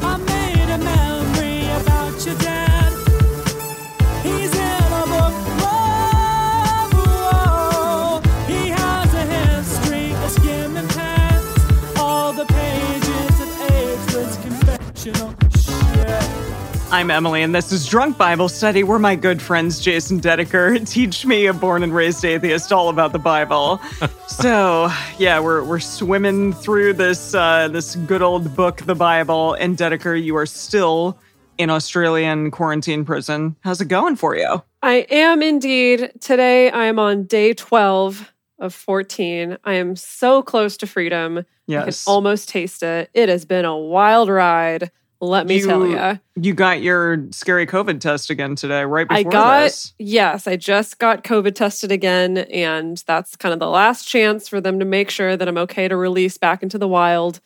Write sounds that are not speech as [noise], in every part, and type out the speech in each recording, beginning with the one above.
I made a memory about your dad. He's in a book. Whoa, whoa. He has a history of skimming past all the pages of ageless confessional shit. I'm Emily, and this is Drunk Bible Study, where my good friends Jason Dedeker [laughs] teach me, a born and raised atheist, all about the Bible. so, yeah, we're we're swimming through this uh, this good old book, the Bible. And Dedeker, you are still in Australian quarantine prison. How's it going for you? I am indeed. Today I am on day 12 of 14. I am so close to freedom. I can Yes, almost taste it. It has been a wild ride. Let me You- tell you. you got your scary COVID test again today, right before I got, this. yes, I just got COVID tested again. And that's kind of the last chance for them to make sure that I'm okay to release back into the wild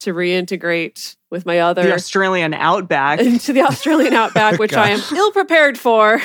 to reintegrate with my The other. Australian [laughs] outback. into the [laughs] Australian outback, which I am ill prepared for,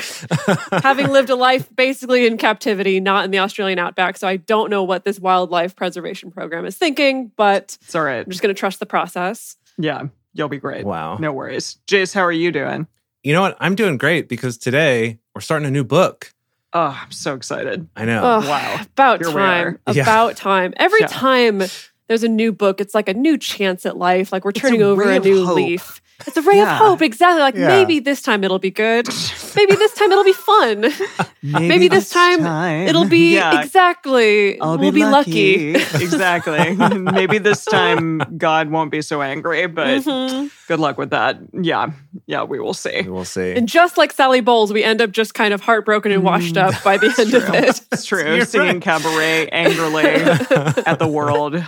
having lived a life basically in captivity, not in the Australian outback. So I don't know what this wildlife preservation program is thinking, but It's all right. I'm just going to trust the process. Yeah, you'll be great. Wow. No worries. Jace, how are you doing? You know what? I'm doing great because today we're starting a new book. Oh, I'm so excited. I know. Ugh, Oh, wow. About Here we time. are. Yeah. About time. Every Yeah. time there's a new book, it's like a new chance at life. Like we're It's a turning over ray a of new hope. leaf. It's a ray Yeah. of hope, exactly. Like Yeah. maybe this time it'll be good. maybe this time it'll be fun. [laughs] Maybe, this time [laughs] [laughs] It'll be exactly. we'll be lucky. exactly. Maybe [laughs] this time God won't be so angry, but Mhm. good luck with that. Yeah. Yeah, we will see. We'll see. [laughs] [laughs] And just like Sally Bowles, we end up just kind of heartbroken and washed up by [laughs] the end of it. It's true. You're Singing right. cabaret angrily at the world.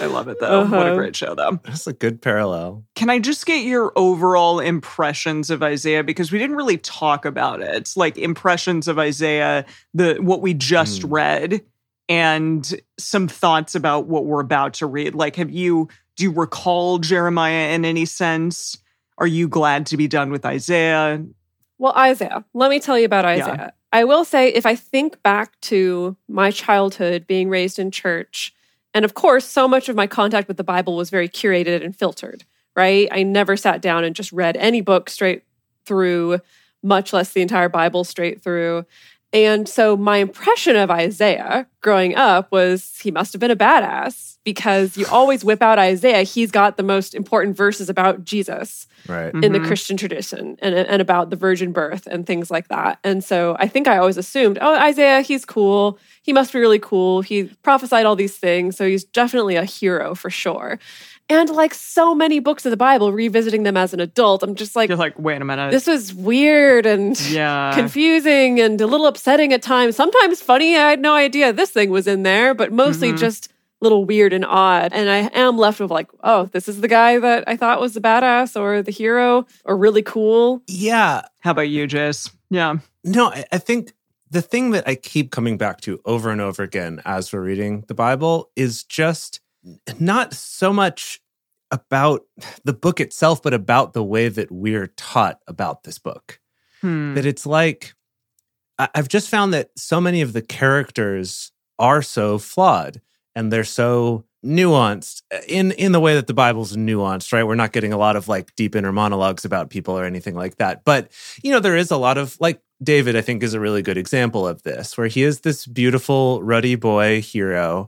I love it though. What a Uh-huh. great show though. That's a good parallel. Can I just get your overall impressions of Isaiah because we didn't really talk about it. It's like impressions of Isaiah, the what we just Hmm. read and some thoughts about what we're about to read. Like have you do you recall Jeremiah in any sense? Are you glad to be done with Isaiah? Well, Isaiah, let me tell you about Yeah. Isaiah. I will say, if I think back to my childhood being raised in church, and of course, so much of my contact with the Bible was very curated and filtered, right? I never sat down and just read any book straight through, much less the entire Bible straight through. And so my impression of Isaiah growing up was he must have been a badass because you always whip out Isaiah. He's got the most important verses about Jesus Right. in the Mhm. Christian tradition and, and about the virgin birth and things like that. And so I think I always assumed, oh, Isaiah, he's cool. He must be really cool. He prophesied all these things. So he's definitely a hero for sure. And like so many books of the Bible, revisiting them as an adult, I'm just like, You're like, wait a minute. this was weird and yeah. confusing and a little upsetting at times. Sometimes funny. I had no idea this thing was in there, but mostly Mhm. just a little weird and odd. And I am left with like, oh, this is the guy that I thought was the badass or the hero or really cool. Yeah. How about you, Jace? Yeah. No, I, I think the thing that I keep coming back to over and over again as we're reading the Bible is just n- not so much about the book itself, but about the way that we're taught about this book. Hmm. that it's like I- I've just found that so many of the characters are so flawed and they're so nuanced uh, in in the way that the Bible's nuanced, right? We're not getting a lot of like deep inner monologues about people or anything like that. But you know, there is a lot of like David, I think, is a really good example of this, where he is this beautiful ruddy boy hero,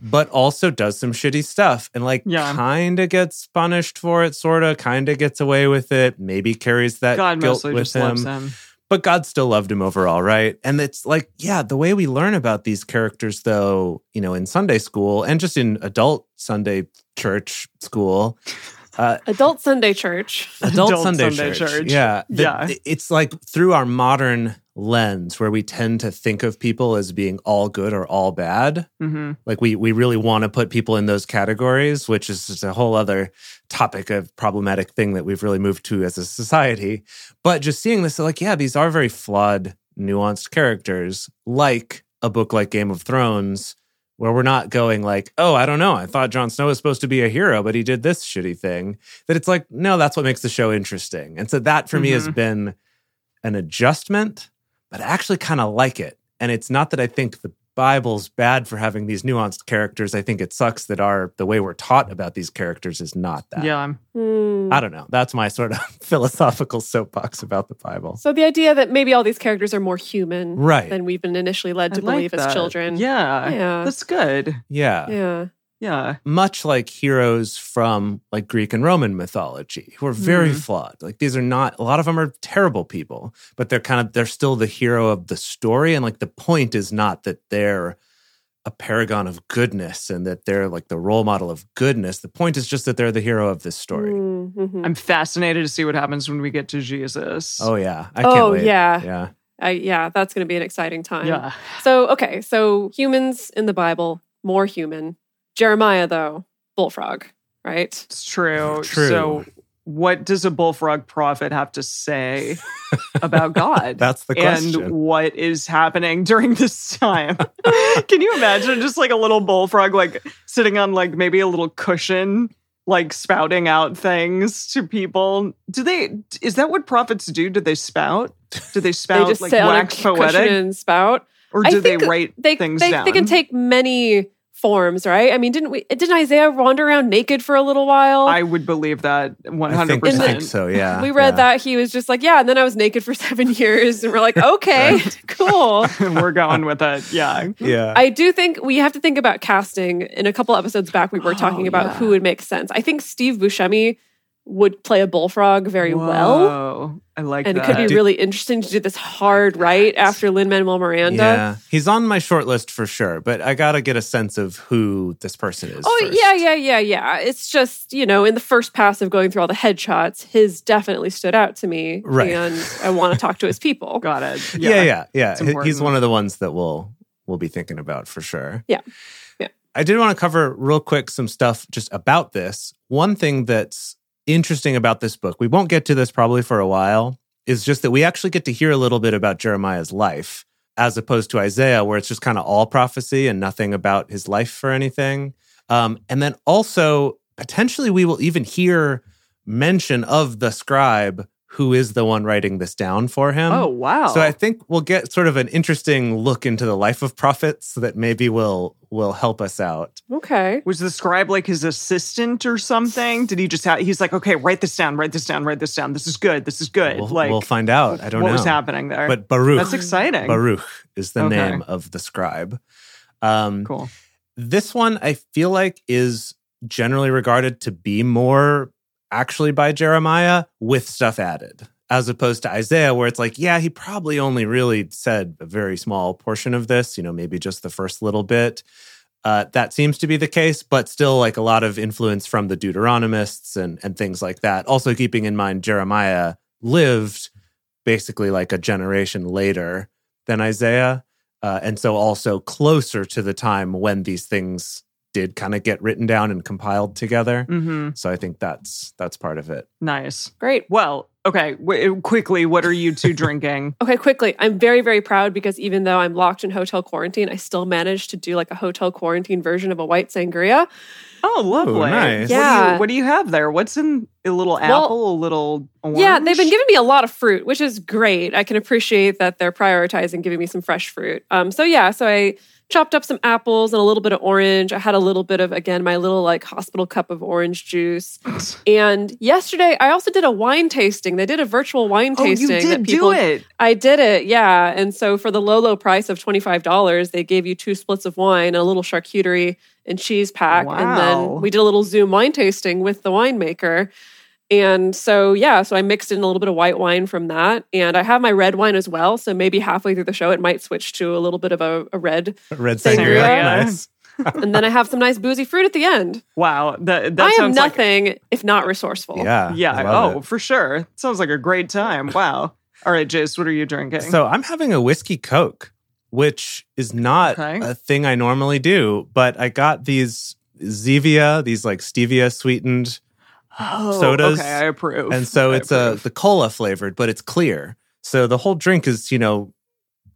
but also does some shitty stuff and like Yeah. kind of gets punished for it, sort of, kind of gets away with it, maybe carries that God guilt mostly with just him loves him. but God still loved him overall, right? And it's like, yeah, the way we learn about these characters, though, you know, in Sunday school and just in adult Sunday church school, Uh, Adult Sunday church. [laughs] adult, Adult Sunday, Sunday church. church. Yeah. The- Yeah. the- It's like through our modern lens where we tend to think of people as being all good or all bad. hmm Like we we really want to put people in those categories, which is just a whole other topic of problematic thing that we've really moved to as a society. But just seeing this, like, yeah, these are very flawed, nuanced characters, like a book like Game of Thrones, where we're not going like, oh, I don't know, I thought Jon Snow was supposed to be a hero, but he did this shitty thing. That it's like, no, that's what makes the show interesting. And so that for me has Mhm. been an adjustment, but I actually kind of like it. And it's not that I think the Bible's bad for having these nuanced characters. I think it sucks that our the way we're taught about these characters is not that. Yeah. I'm- Hmm. I don't know. That's my sort of [laughs] philosophical soapbox about the Bible. So the idea that maybe all these characters are more human Right. than we've been initially led I to like believe that. as children. Yeah. Yeah. That's good. Yeah. Yeah. Yeah. Much like heroes from like Greek and Roman mythology, who are Mm-hmm. very Mhm. flawed. Like these are not a lot of them are terrible people, but they're kind of they're still the hero of the story. And like the point is not that they're a paragon of goodness and that they're like the role model of goodness. The point is just that they're the hero of this story. Hmm, mhm. I'm fascinated to see what happens when we get to Jesus. Oh yeah. I can't Oh wait. yeah. Yeah. I, yeah, that's going to be an exciting time. yeah. So, okay, so humans in the Bible, more human. Jeremiah, though, bullfrog, right? It's true. True. So, what does a bullfrog prophet have to [laughs] say about God? That's the and question. what is happening [laughs] during this [laughs] time? Can you imagine just like a little bullfrog, like sitting on like maybe a little cushion, like spouting out things to people? Do they? Is that what prophets do? Do they spout? Do they spout they just like sit on a wax cushion poetic, and spout. or I do they think write They things they, down? they can take many forms, right? I mean, didn't we? Didn't Isaiah wander around naked for a little while? I would believe that one I hundred think, I think percent. so, yeah. we read Yeah. that he was just like, yeah, and then I was naked for [laughs] seven years, and we're like, okay, [laughs] cool. [laughs] We're going with it. Yeah. Yeah. Mm-hmm. I do think we have to think about casting. In a couple episodes back, we were talking Oh, about yeah. who would make sense. I think Steve Buscemi would play a bullfrog [laughs] very well. Whoa. I like And it that. could be really interesting to do this hard right after Lin Manuel Miranda. Yeah, he's on my short list for sure, but I gotta get a sense of who this person is. Oh first. yeah, yeah, yeah, yeah. It's just you know, in the first pass of going through all the headshots, his definitely stood out to me, Right. and I want to talk to his [laughs] people. Got it. yeah, yeah, yeah. He- He's important. one of the ones that we'll we'll be thinking about for sure. Yeah. Yeah. I did want to cover real quick some stuff just about this. One thing that's interesting about this book, we won't get to this probably for a while, is just that we actually get to hear a little bit about Jeremiah's life as opposed to Isaiah, where it's just kind of all prophecy and nothing about his life or anything. Um, and then also, potentially, we will even hear mention of the scribe who is the one writing this down for him. Oh wow. So I think we'll get sort of an interesting look into the life of prophets that maybe will will help us out. Okay. was the scribe like his assistant or something? Did he just have? He's like, okay, write this down, write this down, write this down. This is good. This is good. We'll, like, we'll find out. I don't what know was happening there? But Baruch, that's exciting. Baruch is the Okay. name of the scribe. Um, Cool. This one I feel like is generally regarded to be more actually by Jeremiah with stuff added, as opposed to Isaiah, where it's like, yeah, he probably only really said a very small portion of this, you know, maybe just the first little bit. Uh, that seems to be the case, but still like a lot of influence from the Deuteronomists and, and things like that. Also, keeping in mind, Jeremiah lived basically like a generation later than Isaiah. Uh, and so also closer to the time when these things did kind of get written down and compiled together. hmm So I think that's that's part of it. Nice. Great. Well, okay. W- quickly, what are you [laughs] two drinking? Okay, quickly. I'm very, very proud because even though I'm locked in hotel quarantine, I still managed to do like a hotel quarantine version of a white sangria. Oh, lovely. nice. What, do Yeah. you, what do you have there? What's in a little Well, apple, a little orange? Yeah, they've been giving me a lot of fruit, which is great. I can appreciate that they're prioritizing giving me some fresh fruit. Um, so yeah, so I chopped up some apples and a little bit of orange. I had a little bit of again my little like hospital cup of orange juice. [laughs] And yesterday I also did a wine tasting. They did a virtual wine Oh, you tasting. did that people, do it. I did it, yeah. And so for the low low price of twenty five dollars, they gave you two splits of wine, a little charcuterie and cheese pack, and Wow. then we did a little Zoom wine tasting with the winemaker. And so, yeah, so I mixed in a little bit of white wine from that. And I have my red wine as well. So maybe halfway through the show, it might switch to a little bit of a, a red. Red Sangria. sangria, nice. and then I have some nice boozy fruit at the end. Wow. [laughs] That, that I am sounds like nothing if not resourceful. Yeah. I Yeah. love Oh, it. for sure. Sounds like a great time. Wow. All right, Jace, what are you drinking? So I'm having a whiskey Coke, which is not Okay. a thing I normally do, but I got these Zevia, these like stevia sweetened [gasps] oh, sodas Okay, I approve. and so I it's uh approve. the cola flavored, but it's clear. So the whole drink is you know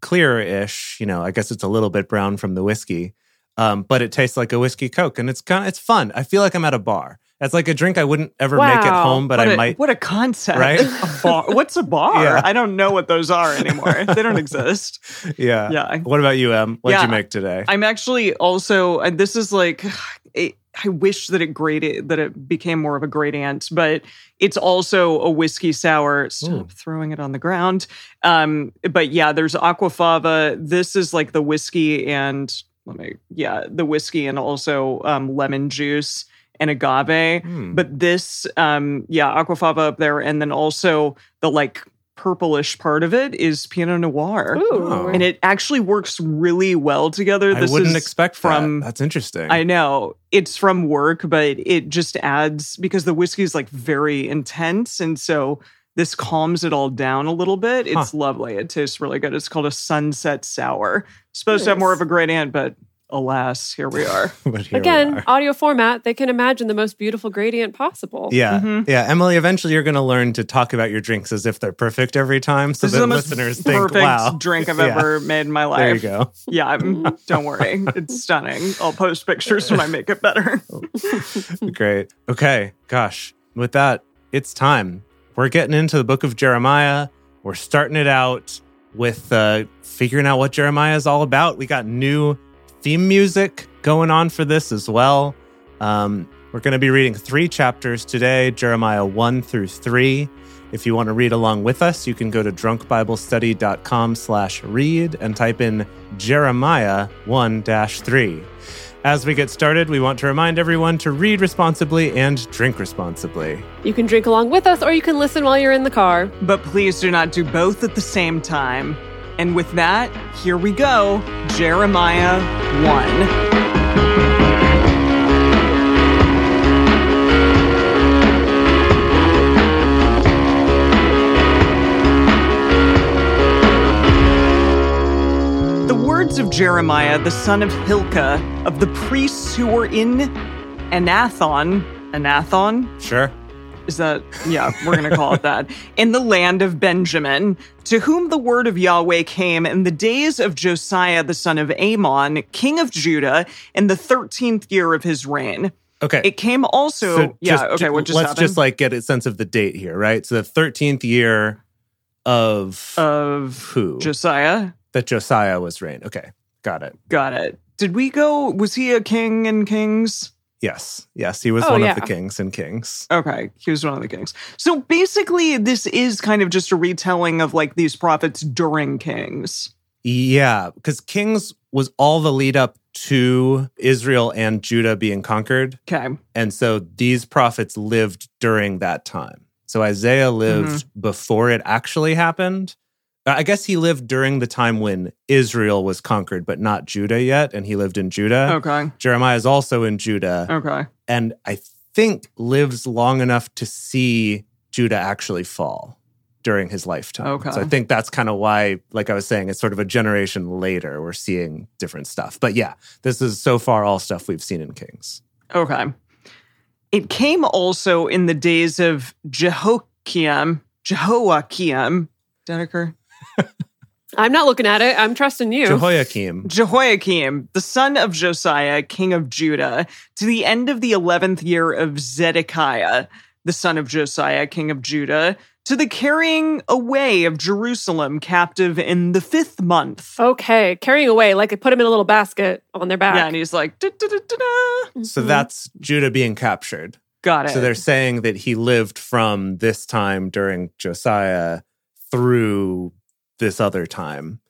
clear-ish. You know, I guess it's a little bit brown from the whiskey, um, but it tastes like a whiskey coke, and it's kind of it's fun. I feel like I'm at a bar. That's like a drink I wouldn't ever make at Wow. home, but what I a- might. What a concept. Right? A bar. What's a bar? [laughs] Yeah. I don't know what those [laughs] are anymore. they don't exist. Yeah. Yeah. What about you, Em? What'd Yeah. you make today? I'm actually also, and this is like, [sighs] it, I wish that it graded, that it became more of a gradient, but it's also a whiskey sour. Stop Ooh. throwing it on the ground. Um, but yeah, there's aquafaba. This is like the whiskey and let me, yeah, the whiskey and also um, lemon juice and agave. Hmm. But this, um, yeah, aquafaba up there, and then also the like purplish part of it is Pinot Noir Ooh. Oh. and it actually works really well together. I This is wouldn't expect from. That. That's interesting. I know it's from work, but it just adds because the whiskey is like very intense, and so this calms it all down a little bit. It's lovely. It tastes really good. It's called a sunset sour. Supposed to have more Nice. of a gradient, but alas, here we are. [laughs] but here we Again, are. audio format, they can imagine the most beautiful gradient possible. Yeah, Mhm. yeah, Emily. Eventually, you're going to learn to talk about your drinks as if they're perfect every time, [laughs] so this is that the most listeners think, perfect "Wow, drink I've [laughs] Yeah. ever made in my there you life. go." Yeah, I'm, don't worry, it's stunning. I'll post pictures [laughs] when I make it better. Great. Okay. Gosh. With that, it's time. We're getting into the book of Jeremiah. We're starting it out with uh, figuring out what Jeremiah is all about. We got new theme music going on for this as well. Um, we're going to be reading three chapters today Jeremiah 1 through 3. If you want to read along with us, you can go to drunkbiblestudy.com slash read and type in Jeremiah 1 dash 3. As we get started, we want to remind everyone to read responsibly and drink responsibly. You can drink along with us or you can listen while you're in the car. But please do not do both at the same time. And with that, here we go Jeremiah 1. The words of Jeremiah, the son of Hilkiah, of the priests who were in Anathon. Anathon? Sure. Is that, yeah, we're going to call it [laughs] that. In the land of Benjamin, to whom the word of Yahweh came in the days of Josiah the son of Amon, king of Judah, in the 13th year of his reign. Okay. It came also, yeah, okay, what just let's happened? just like get a sense of the date here, right? So the thirteenth year of Uh. of who Josiah. that Josiah was reigned. Okay, got it. Got it. Did we go, was he a king in Kings? Yes, yes, he was Oh, one yeah. of the kings and kings. Okay, he was one of the kings. So basically, this is kind of just a retelling of like these prophets during Kings. Yeah, because kings was all the lead up to Israel and Judah being conquered. Okay. And so these prophets lived during that time. So Isaiah lived before it actually happened. Uh, I guess he lived during the time when Israel was conquered, but not Judah yet. And he lived in Judah. Okay. Jeremiah is also in Judah Okay. and I think lives long enough to see Judah actually fall during his lifetime. Okay. So I think that's kind of why, like I was saying, it's sort of a generation later we're seeing different stuff. But yeah, this is so far all stuff we've seen in Kings. Okay. It came also in the days of Jehoiakim. Jehoiakim. Dedeker? I'm not looking at it. I'm trusting you. Jehoiakim. Jehoiakim, the son of Josiah, king of Judah, to the end of the 11th year of Zedekiah, the son of Josiah, king of Judah, to the carrying away of Jerusalem captive in the fifth Oh, month. okay, carrying away, like they put him in a little basket on their back. Yeah, and he's like, da, da, da, da, da. So Mhm. that's Judah being captured. got it. So they're saying that he lived from this time during Josiah through this other time.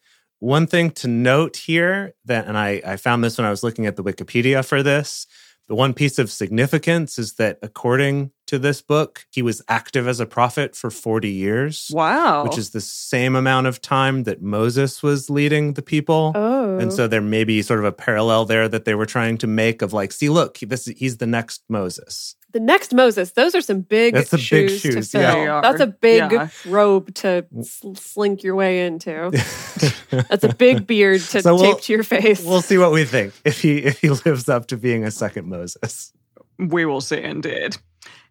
One thing to note here that, and I, I found this when I was looking at the Wikipedia for this, The one piece of significance is that according to this book, he was active as a prophet for 40 years, Wow. which is the same amount of time that Moses was leading the people. Oh. And so there may be sort of a parallel there that they were trying to make of like, see, look, this he's the next Moses. the next Moses, those are some big That's the shoes, to big shoes, fill. yeah. They are, That's a big yeah. robe to sl- slink your way [laughs] into. That's a big beard to So we'll- tape to your face. we'll see what we think if he if he [laughs] lives up to being a second Moses. We will see indeed.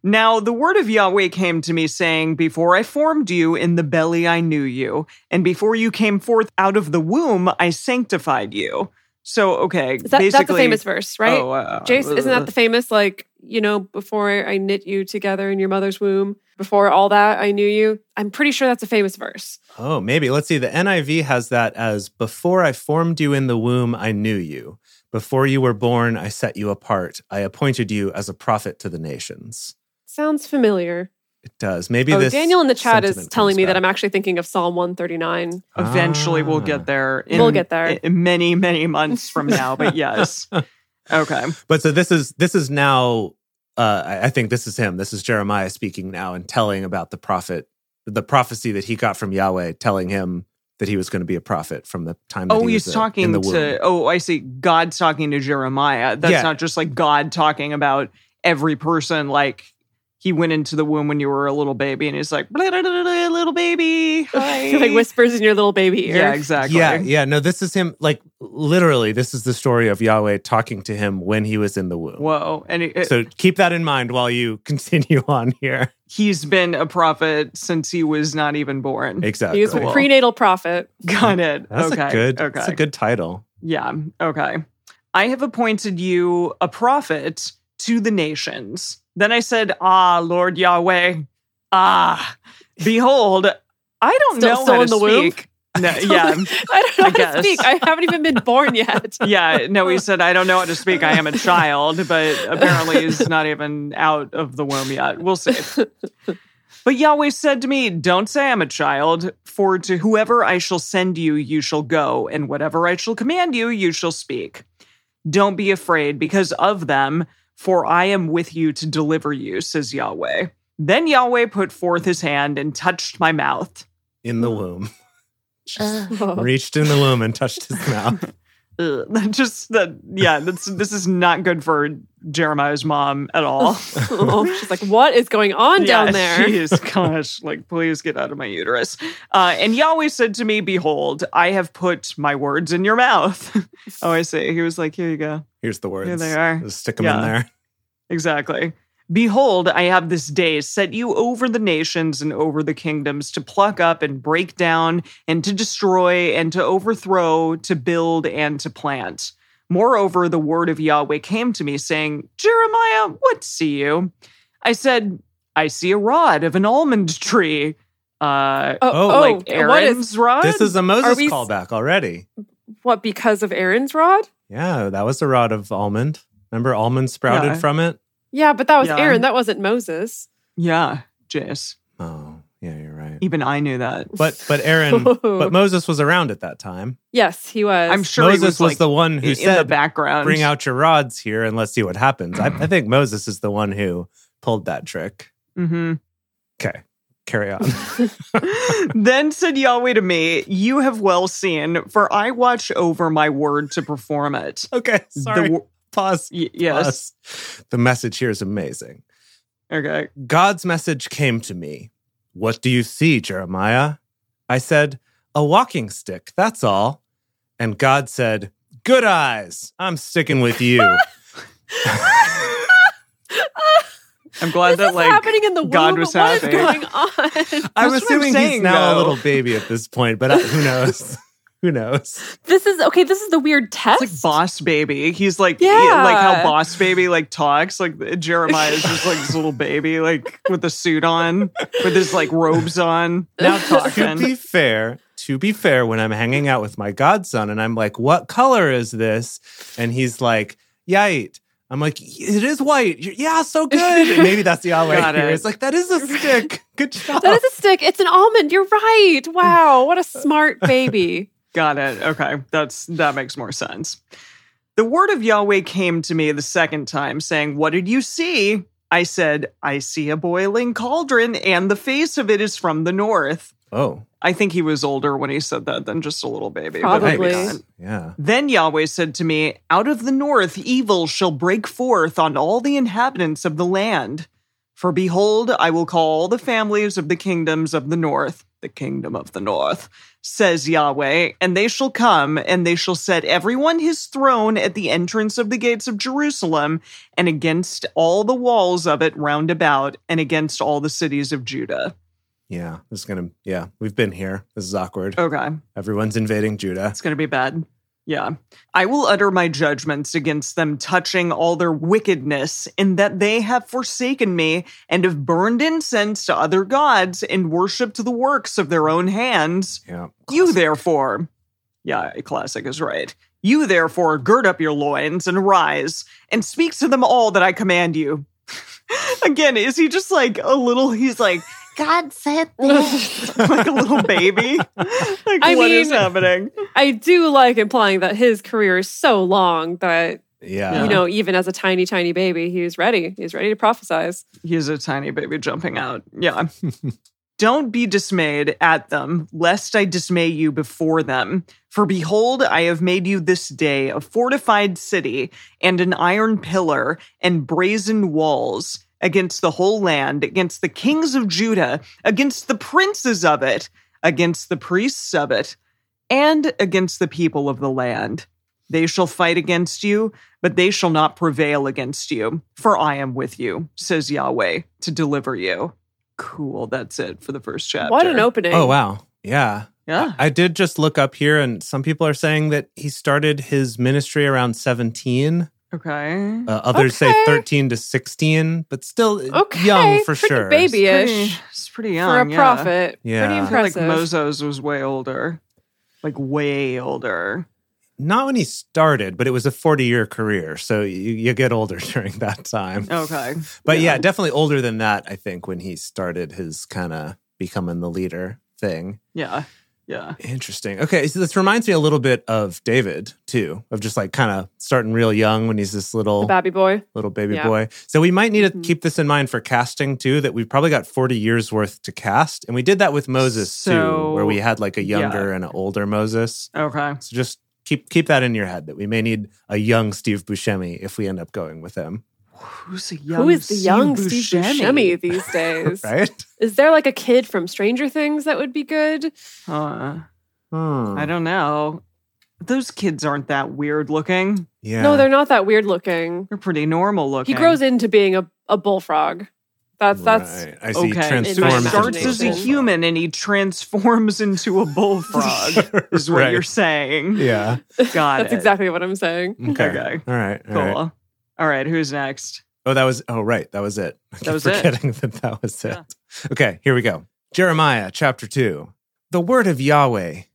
Now, the word of Yahweh came to me, saying, Before I formed you in the belly, I knew you. And before you came forth out of the womb, I sanctified you. So, okay. Is that, basically, that's a famous verse, right? Oh, uh, Jace, isn't that the famous like you know before I knit you together in your mother's womb? Before all that, I knew you. I'm pretty sure that's a famous verse. Oh, maybe. Let's see. The NIV has that as before I formed you in the womb, I knew you. Before you were born, I set you apart. I appointed you as a prophet to the nations. Sounds familiar. It does. Maybe oh, this Daniel in the chat is sentiment telling comes me that back. I'm actually thinking of Psalm [laughs] 139. uh, Eventually, we'll Ah. get there. In, We'll get there. in many, many months from now. [laughs] But yes. Okay. But so this is this is now. Uh, I- I think this is him. This is Jeremiah speaking now and telling about the prophet, the prophecy that he got from Yahweh, telling him that he was going to be a prophet from the time. That Oh, he he's was, uh, in talking the womb. to. Oh, I see. God's talking to Jeremiah. That's Yeah. not just like God talking about every person. Like he went into the womb when you were a little baby, and he's like, "Blah, da, da, da, da, little baby, hi." like whispers in your little baby ear. Yeah, exactly. Yeah, yeah. No, this is him. Like literally, this is the story of Yahweh talking to him when he was in the womb. Whoa, and it, So keep that in mind while you [laughs] continue on here. he's been a prophet since he was not even born. Exactly. He was Cool. a prenatal prophet. [laughs] [laughs] Got it. that's okay. a good. Okay. That's a good title. Yeah. Okay. I have appointed you a prophet to the nations. Then I said, Ah, Lord Yahweh, ah, behold, I don't Still- know still how in to the womb? speak. No, yeah. I don't know I how to guess. speak. I haven't even been born [laughs] yet. [laughs] Yeah. No, he said, I don't know how to speak. I am a child, but apparently he's not even out of the womb yet. We'll see. But Yahweh said to me, Don't say I'm a child, for to whoever I shall send you, you shall go, and whatever I shall command you, you shall speak. Don't be afraid because of them, for I am with you to deliver you, says Yahweh. Then Yahweh put forth his hand and touched my mouth. In the womb, [laughs] Oh. reached in the womb and touched [laughs] his mouth. Ugh, that just that, yeah, that's, this is not good for Jeremiah's mom at all. Oh, She's like, what is going on down there? She is, gosh, like, please get out of my uterus. Uh, and Yahweh said to me, Behold, I have put my words in your mouth. [laughs] oh, I see. He was like, Here you go. Here's the words. Here they are. Just stick them Yeah. in there. Exactly. Behold, I have this day set you over the nations and over the kingdoms to pluck up and break down and to destroy and to overthrow, to build and to plant. Moreover, the word of Yahweh came to me, saying, Jeremiah, what see you? I said, I see a rod of an almond tree. Uh, Oh, Oh, oh, like what Aaron's is rod? This is a Are Moses we- callback already. what because of Aaron's rod? Yeah, that was the rod of almond. Remember, almond sprouted Yeah. from it. Yeah, but that was Yeah. Aaron. That wasn't Moses. yeah, Jace. Oh, yeah, you're right. Even I knew that. But but [laughs] [laughs] Aaron, but Moses was around at that time. yes, he was. I'm sure Moses he was, like, the one who in the said, background. "Bring out your rods here and let's see what happens." [clears throat] I, I think Moses is the one who pulled that trick. hmm Okay, carry [laughs] on. then said Yahweh to me, You have well seen, for I watch over my word to perform it. okay, sorry. The, wo- pause. y- yes. Pause. The message here is amazing. Okay. God's message came to me. What do you see, Jeremiah? I said, A walking stick, that's all. And God said, Good eyes. I'm sticking [laughs] with you. I'm glad this that, is like, happening in the God womb. was what is happy. going [laughs] on? I'm That's what I'm assuming he's saying, now a though. little baby at this point, but I, who knows? [laughs] who knows? this is okay. This is the weird test. it's like Boss Baby. He's like, Yeah. yeah, like how Boss Baby like talks. Like uh, Jeremiah is just like this little baby, like with a suit on, with his like robes on. [laughs] Now to talking. be fair, to be fair, when I'm hanging out with my godson and I'm like, "What color is this?" and he's like, "Yite." I'm like, "It is white." You're- [laughs] yeah, so good. And maybe that's Yahweh Got here. it. It's like that is a stick. [laughs] Good job. that is a stick. It's an almond. You're right. Wow, what a smart baby. Got it. Okay. That's that makes more sense. The word of Yahweh came to me the second time, saying, What did you see? I said, I see a boiling cauldron, and the face of it is from the north. Oh, I think he was older when he said that than just a little baby. but Probably. maybe Yikes. not. Yeah. Then Yahweh said to me, Out of the north evil shall break forth on all the inhabitants of the land. For behold, I will call all the families of the kingdoms of the north, the kingdom of the north, says Yahweh, and they shall come, and they shall set everyone his throne at the entrance of the gates of Jerusalem, and against all the walls of it round about, and against all the cities of Judah. Yeah. This is going to, yeah, we've been here. This is awkward. Oh. Okay. Everyone's invading Judah. It's going to be bad. Yeah. I will utter my judgments against them, touching all their wickedness, in that they have forsaken me and have burned incense to other gods and worshipped the works of their own hands. Yeah. You therefore, yeah, classic is right. You therefore gird up your loins and arise and speak to them all that I command you. [laughs] Again, is he just like a little? He's like God said [laughs] like a little baby. [laughs] like what is I mean- happening? I do like implying that his career is so long that Yeah. you know, even as a tiny, tiny baby, he was ready. He was ready to prophesize. He's a tiny baby jumping out. Yeah. [laughs] Don't be dismayed at them, lest I dismay you before them. For behold, I have made you this day a fortified city and an iron pillar and brazen walls against the whole land, against the kings of Judah, against the princes of it, against the priests of it, and against the people of the land. They shall fight against you, but they shall not prevail against you, for I am with you, says Yahweh, to deliver you. Cool, that's it for the first chapter. What an opening. Oh, wow. Yeah. Yeah. I did just look up here, and some people are saying that he started his ministry around 17. Okay. Uh, others Okay. say 13 to 16, but still uh, Okay. young for Pretty sure. babyish Pretty- it's pretty young for a yeah. prophet. Yeah. Pretty I I feel like impressive. Moses was way older, like way older. Not when he started, but it was a 40 year career. So you, you get older [laughs] during that time. Oh, Okay, But yeah. definitely older than that, I think, when he started his kind of becoming the leader thing. yeah, yeah. Interesting. Okay. So this reminds me a little bit of David, too, of just like kind of starting real young when he's this The little Babby boy. little baby Yeah. boy. So we might need Mm-hmm. Mhm. to keep this in mind for casting too. That we've probably got forty years worth to cast, and we did that with Moses So- too, where we had like a younger and an older Moses. Okay, So just keep keep that in your head that we may need a young Steve Buscemi if we end up going [laughs] with him, who's the young? Who is the young Steve [laughs] Buscemi these days? right? Is there like a kid from Stranger Things that would be good? Uh, Hmm. I don't know. Those kids aren't that weird looking. yeah. No, they're not that weird looking. They're pretty normal looking. He grows into being a, a bullfrog. That's that's Right. I see. Okay, my Transforms. he into starts as a bullfrog. imagination. human and he transforms into a [laughs] bullfrog. is what Right. you're saying. [laughs] Yeah. Got that's it. exactly what I'm saying. Okay. [laughs] Okay. All right. All cool. right. All right, who's next? Oh, that was oh right, that was it. [laughs] I keep was it. forgetting that that was it. Yeah. Okay, here we go. Jeremiah chapter two. The word of Yahweh. [laughs]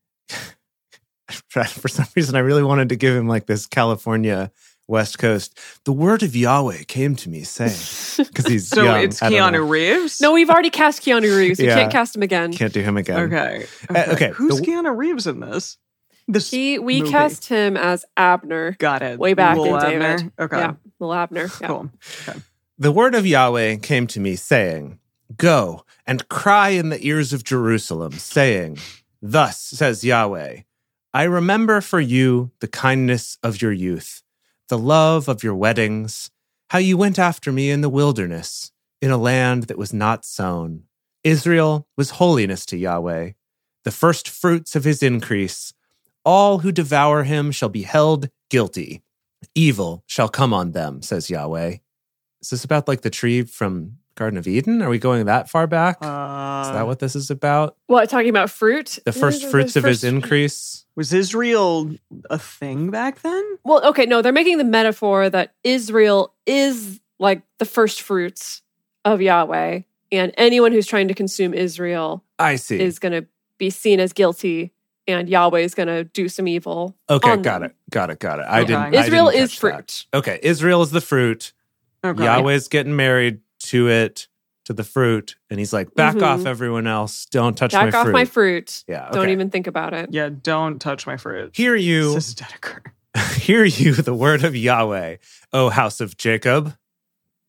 For some reason, I really wanted to give him like this California West Coast. The word of Yahweh came to [laughs] me saying, because he's [laughs] So young, it's I don't Keanu know. Reeves. No, we've already cast Keanu Reeves. We Yeah. can't cast him again. Can't do him again. Okay. Uh, okay, Who's the- Keanu Reeves in this? This He we movie. cast him as Abner. Got it. way back Will in David. Abner? Okay. Yeah, Lil Abner. Yeah. Cool. The word of Yahweh came to me, saying, Go and cry in the ears of Jerusalem, saying, Thus says Yahweh, I remember for you the kindness of your youth, the love of your weddings, how you went after me in the wilderness, in a land that was not sown. Israel was holiness to Yahweh, the first fruits of his increase. All who devour him shall be held guilty. Evil shall come on them, says Yahweh. Is this about like the tree from Garden of Eden? Are we going that far back? Uh, is that what this is about? What talking about fruit? The first The fruits of his first- increase? was Israel a thing back then? Well, okay, no, they're making the metaphor that Israel is like the first fruits of Yahweh, and anyone who's trying to consume Israel I see. is going to be seen as guilty, and Yahweh is going to do some evil. okay, on got them. it. Got it. Got it. I Okay. didn't. I Israel didn't is catch fruit. that. Okay, Israel is the fruit. Okay. Yahweh's getting married to it, to the fruit, and he's like, "Back Mhm. off, everyone else! Don't touch Back my off fruit." my fruit. yeah. Don't okay. even think about it. Yeah. Don't touch my fruit. hear you. This is Dedeker. [laughs] Hear you the word of Yahweh, O house of Jacob.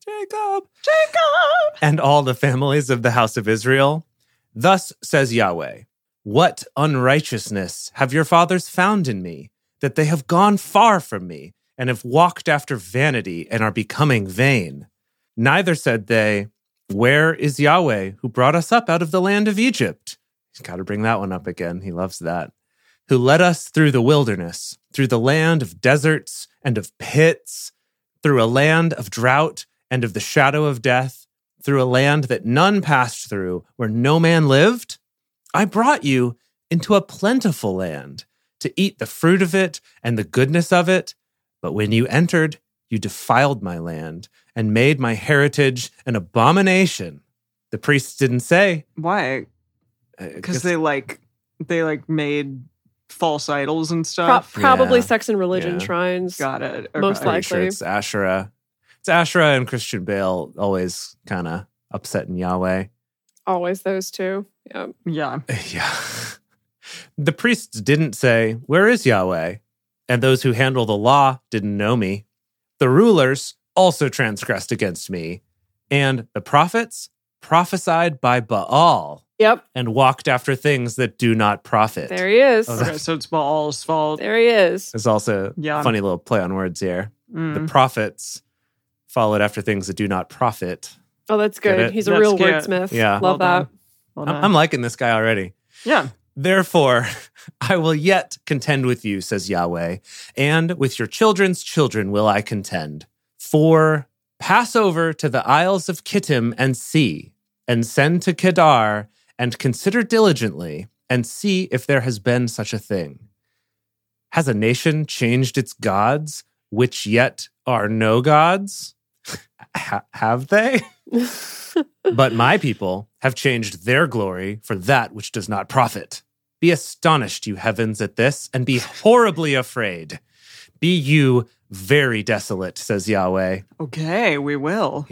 Jacob Jacob! and all the families of the house of Israel. Thus says Yahweh, What unrighteousness have your fathers found in me, that they have gone far from me, and have walked after vanity, and are becoming vain? Neither said they, Where is Yahweh, who brought us up out of the land of Egypt? He's got to bring that one up again. He loves that. Who led us through the wilderness, through the land of deserts and of pits, through a land of drought and of the shadow of death, through a land that none passed through, where no man lived? I brought you into a plentiful land to eat the fruit of it and the goodness of it. But when you entered, you defiled my land and made my heritage an abomination. The priests didn't say. Why? I guess- Because they like they like made false idols and Pro- stuff. probably yeah. sex and religion Yeah. shrines. Got it. Okay. Most Pretty sure likely. it's Asherah. It's Asherah and Christian Bale always kind of upsetting Yahweh. Always those two. Yeah. [laughs] Yeah. Yeah. The priests didn't say, Where is Yahweh? And those who handle the law didn't know me. The rulers also transgressed against me. And the prophets prophesied by Baal Yep. and walked after things that do not profit. There he is. Oh, that- Okay, so it's Baal's fault. There he is. There's also Yeah. a funny little play on words here. The Mm. prophets followed after things that do not profit. Oh, that's Get good. it? He's a That's real cute. wordsmith. Yeah. Love Well that. done. Well I'm- done. I'm liking this guy already. yeah. Therefore, I will yet contend with you, says Yahweh, and with your children's children will I contend. For pass over to the isles of Kittim and see, and send to Kedar, and consider diligently, and see if there has been such a thing. Has a nation changed its gods, which yet are no gods? [laughs] Ha- have they? [laughs] But my people have changed their glory for that which does not profit. Be astonished, you heavens, at this, and be horribly afraid. Be you very desolate, says Yahweh. Okay, we will.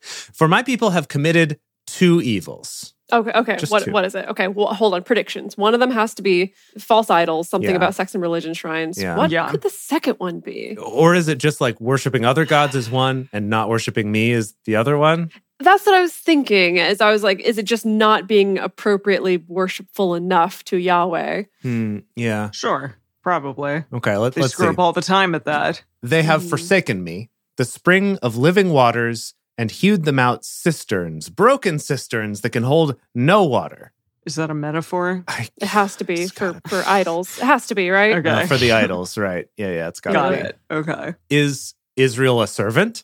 For my people have committed two evils. okay. Okay. Just What, two. what is it? Okay. Well, hold on. Predictions. One of them has to be false idols, something Yeah. about sex and religion shrines. Yeah. What Yeah. could the second one be? Or is it just like worshiping other gods is one and not worshiping me is the other one? That's what I was thinking. Is I was like, is it just not being appropriately worshipful enough to Yahweh? Hmm, yeah. Sure. Probably. Okay, let, They let's screw see. up all Hmm. the time at that. They have Mhm. forsaken me, the spring of living waters, and hewed them out cisterns, broken cisterns that can hold no water. Is that a metaphor? I [laughs] It has to be It's for, gotta for idols. It has to be, right? Okay. Uh, for the idols, right? Yeah, yeah, it's got, Got to be. it. Okay. Is Israel a servant?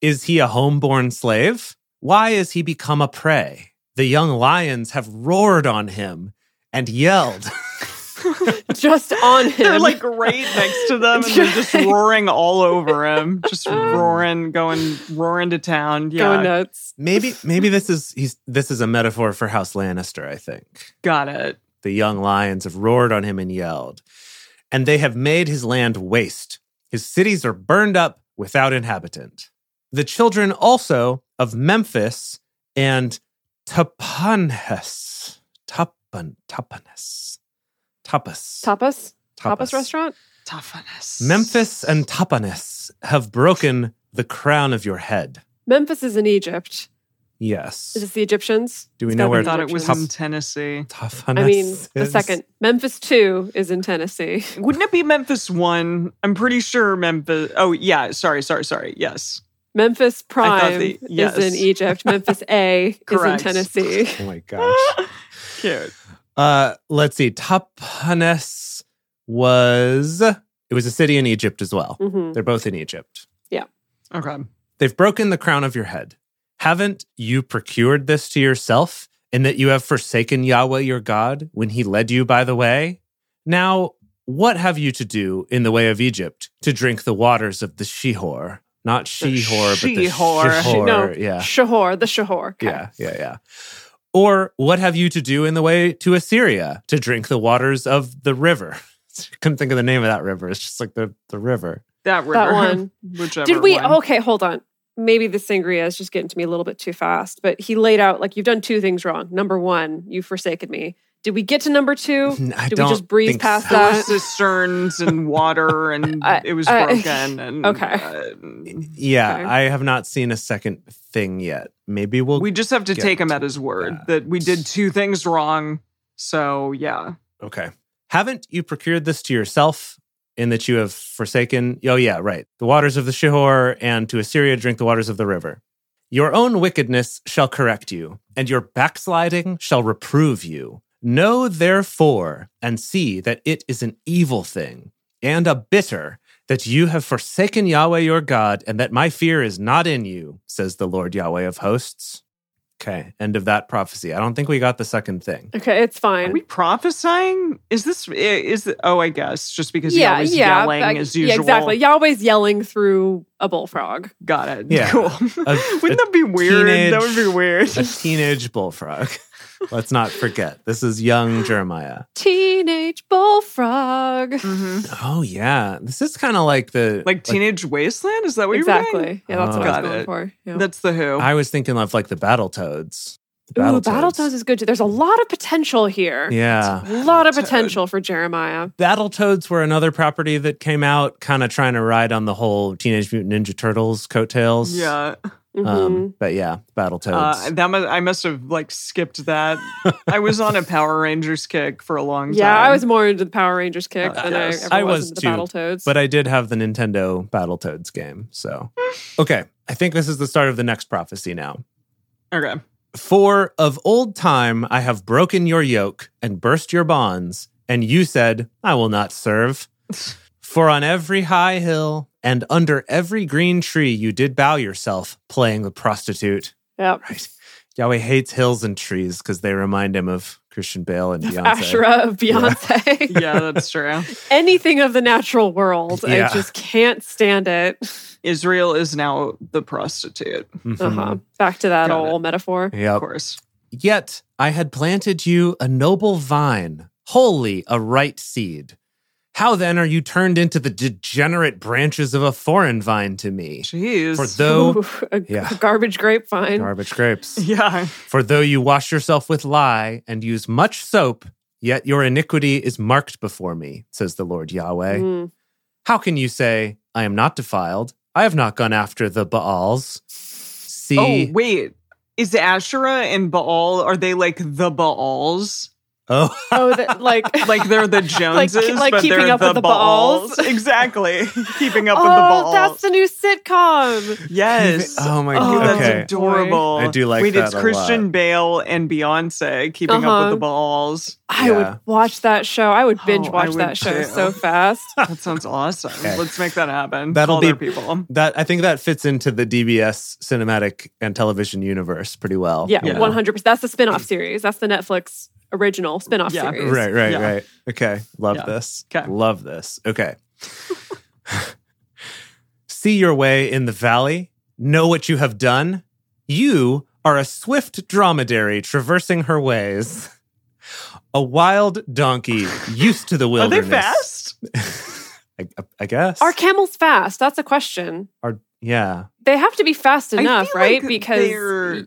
Is he a homeborn slave? Why is he become a prey? The young lions have roared on him and yelled. [laughs] [laughs] Just [laughs] [laughs] on him. They're like right next to them [laughs] and they're just roaring all over him. Just roaring, going roaring to town. Yeah. going nuts. maybe, maybe this is he's this is a metaphor for House Lannister. I think Got it. the young lions have roared on him and yelled, and they have made his land waste. His cities are burned up without inhabitant. The children also of Memphis and Tapanhes. Tapan, Tapanhes. Tapas. Tapas? Tapas restaurant? Toughness. Memphis and Tapanhes have broken the crown of your head. Memphis is in Egypt. Yes. Is this the Egyptians? Do we It's know gotta where I be thought it was in Egyptians. Tennessee. Tapanhes I mean, the is? second. Memphis 2 is in Tennessee. [laughs] Wouldn't it be Memphis 1? I'm pretty sure Memphis. Oh, yeah. Sorry, sorry, sorry. Yes. Memphis thought Prime the- yes. is in Egypt. Memphis [laughs] A is in Correct. Tennessee. Oh my gosh. Cute. Uh, let's see. Tapanes was it was a city in Egypt as well. hmm They're both in Egypt. Okay. They've broken the crown of your head. Haven't you procured this to yourself, in that you have forsaken Yahweh your God when he led you by the way? Now, what have you to do in the way of Egypt to drink the waters of the Shihor? Not Shihor, but the Shihor. Shihor. [laughs] She- no. Yeah. Shahor, the Shahor. Okay. Yeah, yeah, yeah. Or what have you to do in the way to Assyria to drink the waters of the river? [laughs] Couldn't think of the name of that river. It's just like the, the river. That river. That one. [laughs] Whichever Did we? one. Okay, hold on. Maybe the sangria is just getting to me a little bit too fast, but he laid out like you've done two things wrong. Number one, you've forsaken me. Did we get to number two? [laughs] I Did don't we just breeze think past so. There were that? cisterns [laughs] and water, and I- it was I- [laughs] broken. and okay. uh, [laughs] Yeah, Okay. I have not seen a second thing yet. Maybe we'll. we just have to Get take him to at his word that. that we did two things wrong. So yeah, okay. Haven't you procured this to yourself in that you have forsaken? Oh, yeah, right. The waters of the Shihor, and to Assyria drink the waters of the river. Your own wickedness shall correct you, and your backsliding shall reprove you. Know therefore, and see that it is an evil thing and a bitter, that you have forsaken Yahweh your God, and that my fear is not in you, says the Lord Yahweh of hosts. Okay, end of that prophecy. I don't think we got the second thing. Okay, it's are fine. we prophesying? Is this is oh I guess just because yeah, yeah, Yahweh's yeah, yelling back- as yeah, usual. exactly. Yahweh's yelling through a bullfrog. Got it. Yeah. [laughs] Cool. A- a Wouldn't that be weird? that would be teenage- weird. [laughs] a teenage bullfrog. Let's not forget, this is young Jeremiah. Teenage bullfrog. Mhm. Oh yeah, this is kind of like the Like teenage wasteland? Is that what you're doing? exactly. Yeah, that's what I Got was going it. for. Yeah. That's the Who. I was thinking of like the Battle Toads. The Ooh, Battletoads is good too. There's a lot of potential here. Yeah, A lot of Battletoad. potential for Jeremiah. Battle Toads were another property that came out, kind of trying to ride on the whole Teenage Mutant Ninja Turtles coattails. yeah, Mm-hmm. Mhm. Um, but yeah, Battle Toads. uh, that mu- I must have like skipped [laughs] that. I was on a Power Rangers kick for a long yeah, time. I was more into the Power Rangers kick Uh, than yes. I ever I was, was into too, the Battletoads. but I did have the Nintendo Battle Toads game. So, okay, I think this is the start of the next prophecy now. [laughs] okay. For of old time I have broken your yoke and burst your bonds, and you said, I will not serve. For on every high hill and under every green tree you did bow yourself, playing the prostitute. yep. Right. Yahweh hates hills and trees because they remind him of Christian Bale and Beyonce. Ashra of [laughs] Beyonce. [laughs] Yeah, that's true. Anything of the natural world. Yeah. I just can't stand it. Israel is now the prostitute, of Mhm. Uh-huh. Back to that Got old metaphor. Mm-hmm. Yep. course. Yet I had planted you a noble vine, wholly a right seed. How then are you turned into the degenerate branches of a foreign vine to me? Jeez. For though Ooh, [sighs] a, [laughs] Yeah. [laughs] a garbage grapevine. garbage grapes. [laughs] yeah. For though you wash yourself with lye and use much soap, yet your iniquity is marked before me, says the Lord Yahweh. Mm. How can you say, I am not defiled? I have not gone after the Baals. See, Oh wait, is Asherah and Baal? Are they like the Baals? [laughs] oh, Oh, that, like, Like they're [laughs] the Joneses, like but Keeping they're Up the with the Baals. Baals. exactly, [laughs] keeping up with the oh, Baals. that's the new sitcom. yes. oh my Oh, God. god. that's Okay. adorable. I do like Wait, that it's a Christian lot. Bale and Beyonce keeping up Uh-huh. with the balls. I Yeah. would watch that show. I would binge Oh, I watch would that show too. [laughs] so fast. Oh, That sounds awesome. Okay. Let's make that happen. That'll Call their be- people. That I think that fits into the DBS cinematic and television universe pretty well. you Yeah, know? one hundred percent. That's the spin-off series. That's the Netflix original spin-off Yeah. series. Right, right, Yeah. right. Okay. Love Yeah. this. 'Kay. Love this. Okay. See your way in the valley. Know what you have done. You are a swift dromedary traversing her ways. A wild donkey used to the Are they wilderness. fast? [laughs] I, I guess. Are camels fast? That's a question. Are- yeah. They have to be fast I enough, feel right? like they're because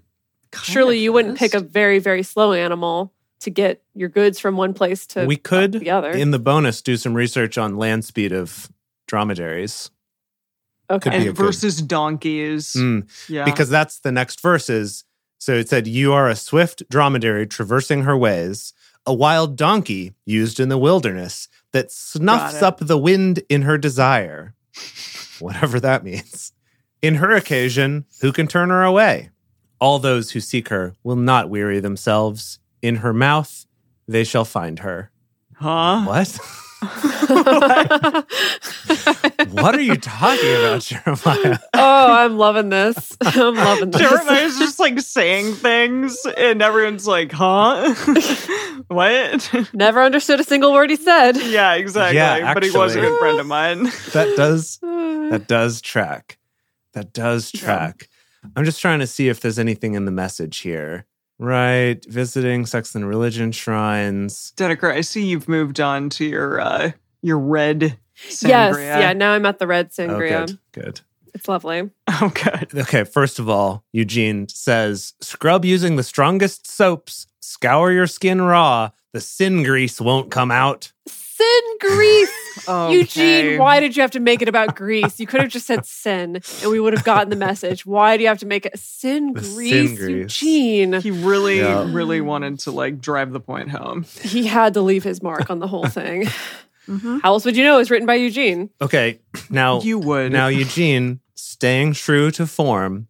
kind surely of you wouldn't pick a fast. very very slow animal to get your goods from one place to we could, together. in the bonus, do some research on land speed of dromedaries. okay. could be a and good- versus donkeys. Mm. Yeah. because that's the next verse is so it said you are a swift dromedary traversing her ways a wild donkey used in the wilderness that snuffs it. up the wind in her desire [laughs] whatever that means in her occasion who can turn her away all those who seek her will not weary themselves in her mouth they shall find her huh? [laughs] what [laughs] what are you [laughs] talking about jeremiah [laughs] oh, I'm loving this. I'm loving this. Jeremiah's just like saying things, and everyone's like, "Huh? [laughs] what?" [laughs] Never understood a single word he said. yeah, exactly. Yeah, but he was a actually. good friend of mine. [laughs] that does Uh, That does track. That does track. I'm just trying to see if there's anything in the message here. Right. Visiting sex and religion shrines. Dedeker, I see you've moved on to your uh, your red sangria. Yes, yeah. Now I'm at the red sangria. Oh, good. Good. It's lovely. [laughs] Oh, good. Okay. First of all, Eugene says scrub using the strongest soaps, scour your skin raw, the sin grease won't come out. Sin Greece. [laughs] Okay. Eugene, why did you have to make it about Greece? You could have just said sin and we would have gotten the message. Why do you have to make it sin The sin Greece? Greece. Eugene. He really, Yeah. really wanted to like drive the point home. He had to leave his mark on the whole [laughs] thing. Mm-hmm. How else would you know it was written by Eugene? Okay, [clears throat] now You would. now Eugene, staying true to form,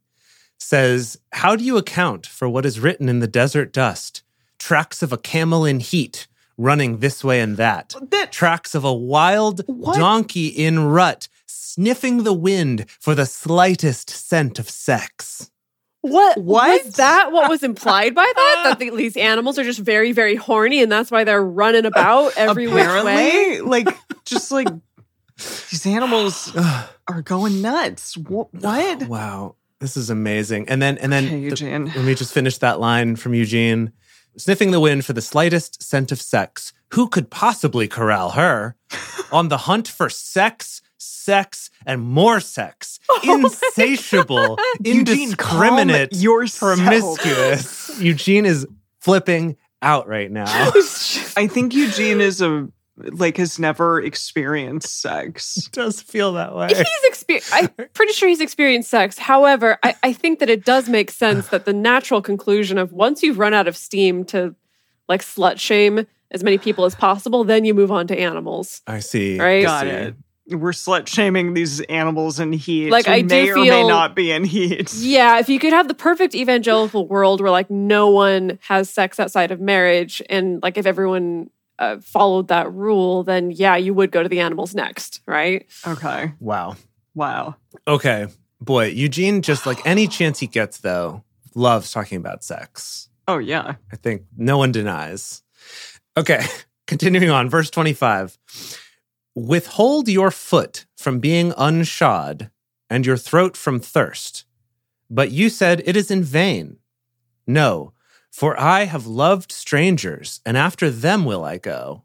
says, "How do you account for what is written in the desert dust? Tracks of a camel in heat, running this way and that. that- Tracks of a wild What? donkey in rut, sniffing the wind for the slightest scent of sex." What, What? was that? What was implied by that? That the, these animals are just very, very horny, and that's why they're running about every which [laughs] way. apparently, [laughs] like just like these [sighs] animals are going nuts. What? what? Wow, this is amazing. And then and then Okay, the- Eugene. Let me just finish that line from Eugene. Sniffing the wind for the slightest scent of sex. Who could possibly corral her? On the hunt for sex, sex, and more sex. Insatiable, Eugene, calm indiscriminate, yourself. promiscuous. Eugene is flipping out [laughs] right now. I think Eugene is a like has never experienced sex. does feel that way. He's exper- I'm pretty sure he's experienced sex. However, I, I think that it does make sense that the natural conclusion of once you've run out of steam to like slut shame as many people as possible, then you move on to animals, I see. right? Got it. We're slut shaming these animals in heat. Like, who I do may or may feel- not be in [laughs] heat. Yeah, if you could have the perfect evangelical world where like no one has sex outside of marriage, and like if everyone uh, followed that rule, then yeah, you would go to the animals next, right? Okay. Wow. Wow. Okay. Boy, Eugene just like any chance he gets though, loves talking about sex. Oh yeah. I think no one denies. Okay, [laughs] continuing on, verse 25. Withhold your foot from being unshod and your throat from thirst. But you said it is in vain. No, for I have loved strangers, and after them will I go.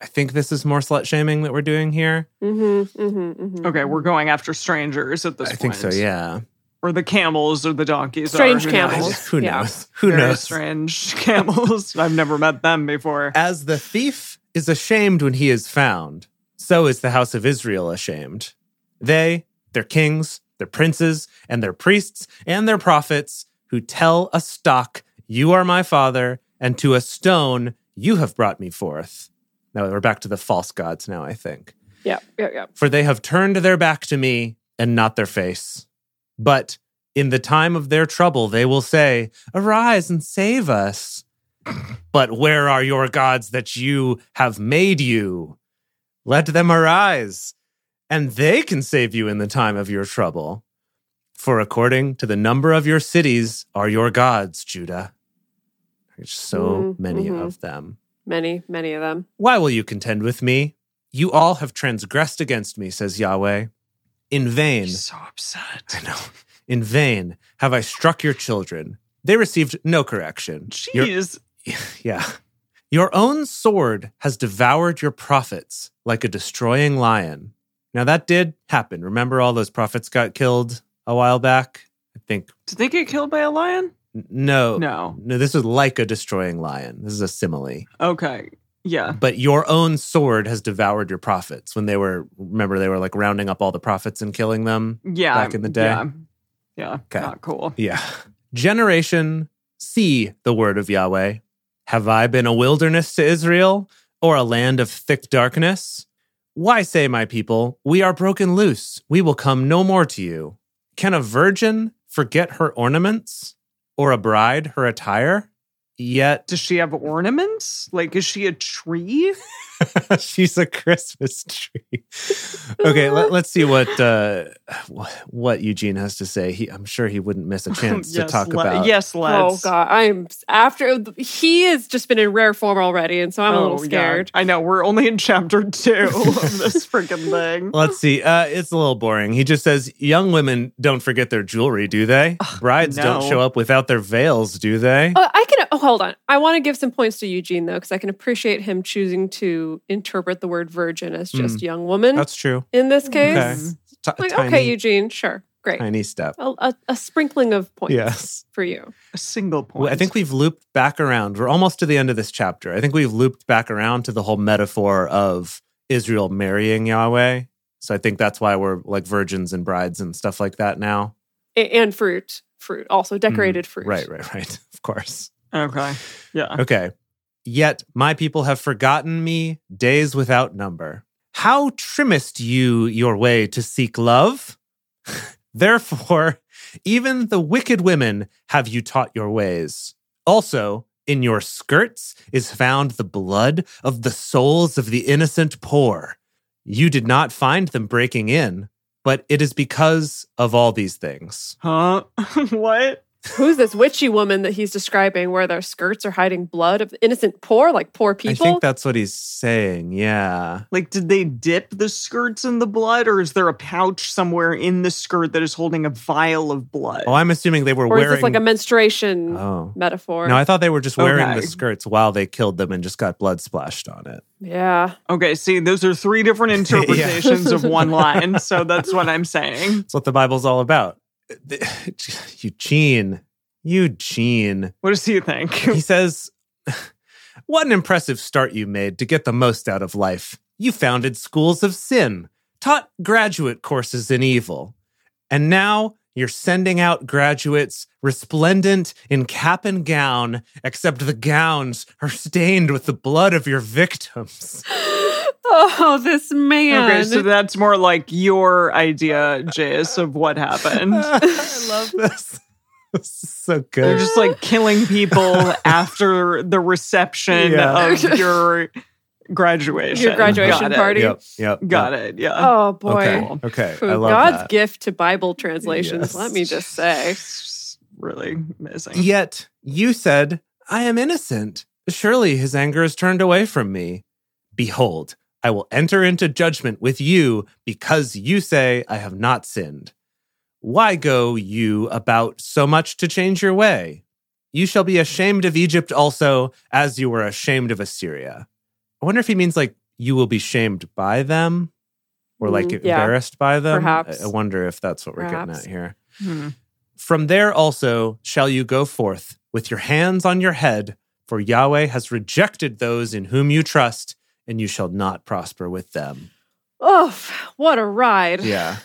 I think this is more slut shaming that we're doing here. Mm-hmm, mm-hmm, mm-hmm. Okay, we're going after strangers at this I point. think so, yeah. Or the camels or the donkeys. are, Strange who I camels. knows? just- who Yeah. knows? Who Very knows? strange [laughs] camels. I've never met them before. As the thief is ashamed when he is found, so is the house of Israel ashamed. They, their kings, their princes, and their priests, and their prophets, who tell a stock, You are my father, and to a stone, You have brought me forth. Now we're back to the false gods now, I think. Yeah, yeah, yeah. For they have turned their back to me and not their face. But in the time of their trouble, they will say, Arise and save us. But where are your gods that you have made you? Let them arise, and they can save you in the time of your trouble. For according to the number of your cities are your gods, Judah. There's so Mm, many mhm. of them. Many, many of them. Why will you contend with me? You all have transgressed against me, says Yahweh. In vain, He's so upset. I know, in vain have I struck your children. They received no correction. Your- Jeez. yeah. Your own sword has devoured your prophets like a destroying lion. Now, that did happen. Remember, all those prophets got killed a while back? I think, Did they get killed by a lion? n- no. No. No, this is like a destroying lion. This is a simile. Okay. Yeah. but your own sword has devoured your prophets when they were remember they were like rounding up all the prophets and killing them Yeah. Back in the day? Yeah. Yeah. Okay. Not cool. yeah generation see the word of yahweh have i been a wilderness to israel or a land of thick darkness why say my people we are broken loose we will come no more to you can a virgin forget her ornaments or a bride her attire yet Does she have ornaments? Like, is she a tree? [laughs] She's a Christmas tree. Okay, let, us see what uh, wh- what Eugene has to say. He, I'm sure he wouldn't miss a chance [laughs] to yes, talk le- about. Yes, Oh let's. god, I'm after he has just been in rare form already, and so I'm a Oh, little yeah. scared. I know. We're only in chapter two of [laughs] this freaking thing. Let's see. Uh, it's a little boring. He just says, "Young women don't forget their jewelry, do they? Brides no. don't show up without their veils, do they?" Oh, I can oh, hold on. I want to give some points to Eugene though, because I can appreciate him choosing to interpret the word virgin as just young woman Hmm. That's true. in this case. Okay, T- Like, tiny- okay, Eugene, sure, Great. tiny step. A, a, a sprinkling of points Yes. for you. A single point. Well, I think we've looped back around. We're almost to the end of this chapter. I think we've looped back around to the whole metaphor of Israel marrying Yahweh. So I think that's why we're like virgins and brides and stuff like that now. A- and fruit. Fruit. Also decorated fruit. Hmm. Right, right, right. [laughs] Of course. Okay. Yeah. Okay. Yet my people have forgotten me days without number. How trimmest you your way to seek love? [laughs] Therefore, even the wicked women have you taught your ways. Also, in your skirts is found the blood of the souls of the innocent poor. You did not find them breaking in, but it is because of all these things. Huh? [laughs] what? Who's this witchy woman that he's describing where their skirts are hiding blood of innocent poor, like poor people? I think that's what he's saying. Yeah. Like, did they dip the skirts in the blood, or is there a pouch somewhere in the skirt that is holding a vial of blood? Oh, I'm assuming they were or wearing. is this like a menstruation oh. metaphor? No, I thought they were just wearing the Okay. skirts while they killed them and just got blood splashed on it. yeah. Okay, see, those are three different interpretations of one line, so that's what I'm saying. That's what the Bible's all about. [laughs] Eugene, Eugene. What does he think? He says, [laughs] What an impressive start you made to get the most out of life. You founded schools of sin, taught graduate courses in evil, and now you're sending out graduates resplendent in cap and gown, except the gowns are stained with the blood of your victims. [laughs] Oh, this man. Okay, so that's more like your idea, Jace, of what [laughs] happened. [laughs] [laughs] I love this. [laughs] This is so They're good. just like killing people after the reception Yeah. of [laughs] your graduation. Your graduation Got it. party. Yep, yep. Got it. Yeah. oh boy. uh, Okay. Okay. I Ooh, love God's that. gift to Bible translations, Yes. let me just say. It's really amazing. Yet you said, I am innocent. Surely his anger is turned away from me. Behold, I will enter into judgment with you because you say, I have not sinned. Why go you about so much to change your way? You shall be ashamed of Egypt also, as you were ashamed of Assyria. I wonder if he means like you will be shamed by them or like Mm, yeah. embarrassed by them. Perhaps. I- I wonder if that's what we're getting Perhaps. at here. Hmm. From there also shall you go forth with your hands on your head, for Yahweh has rejected those in whom you trust, and you shall not prosper with them. Oh, what a ride. Yeah.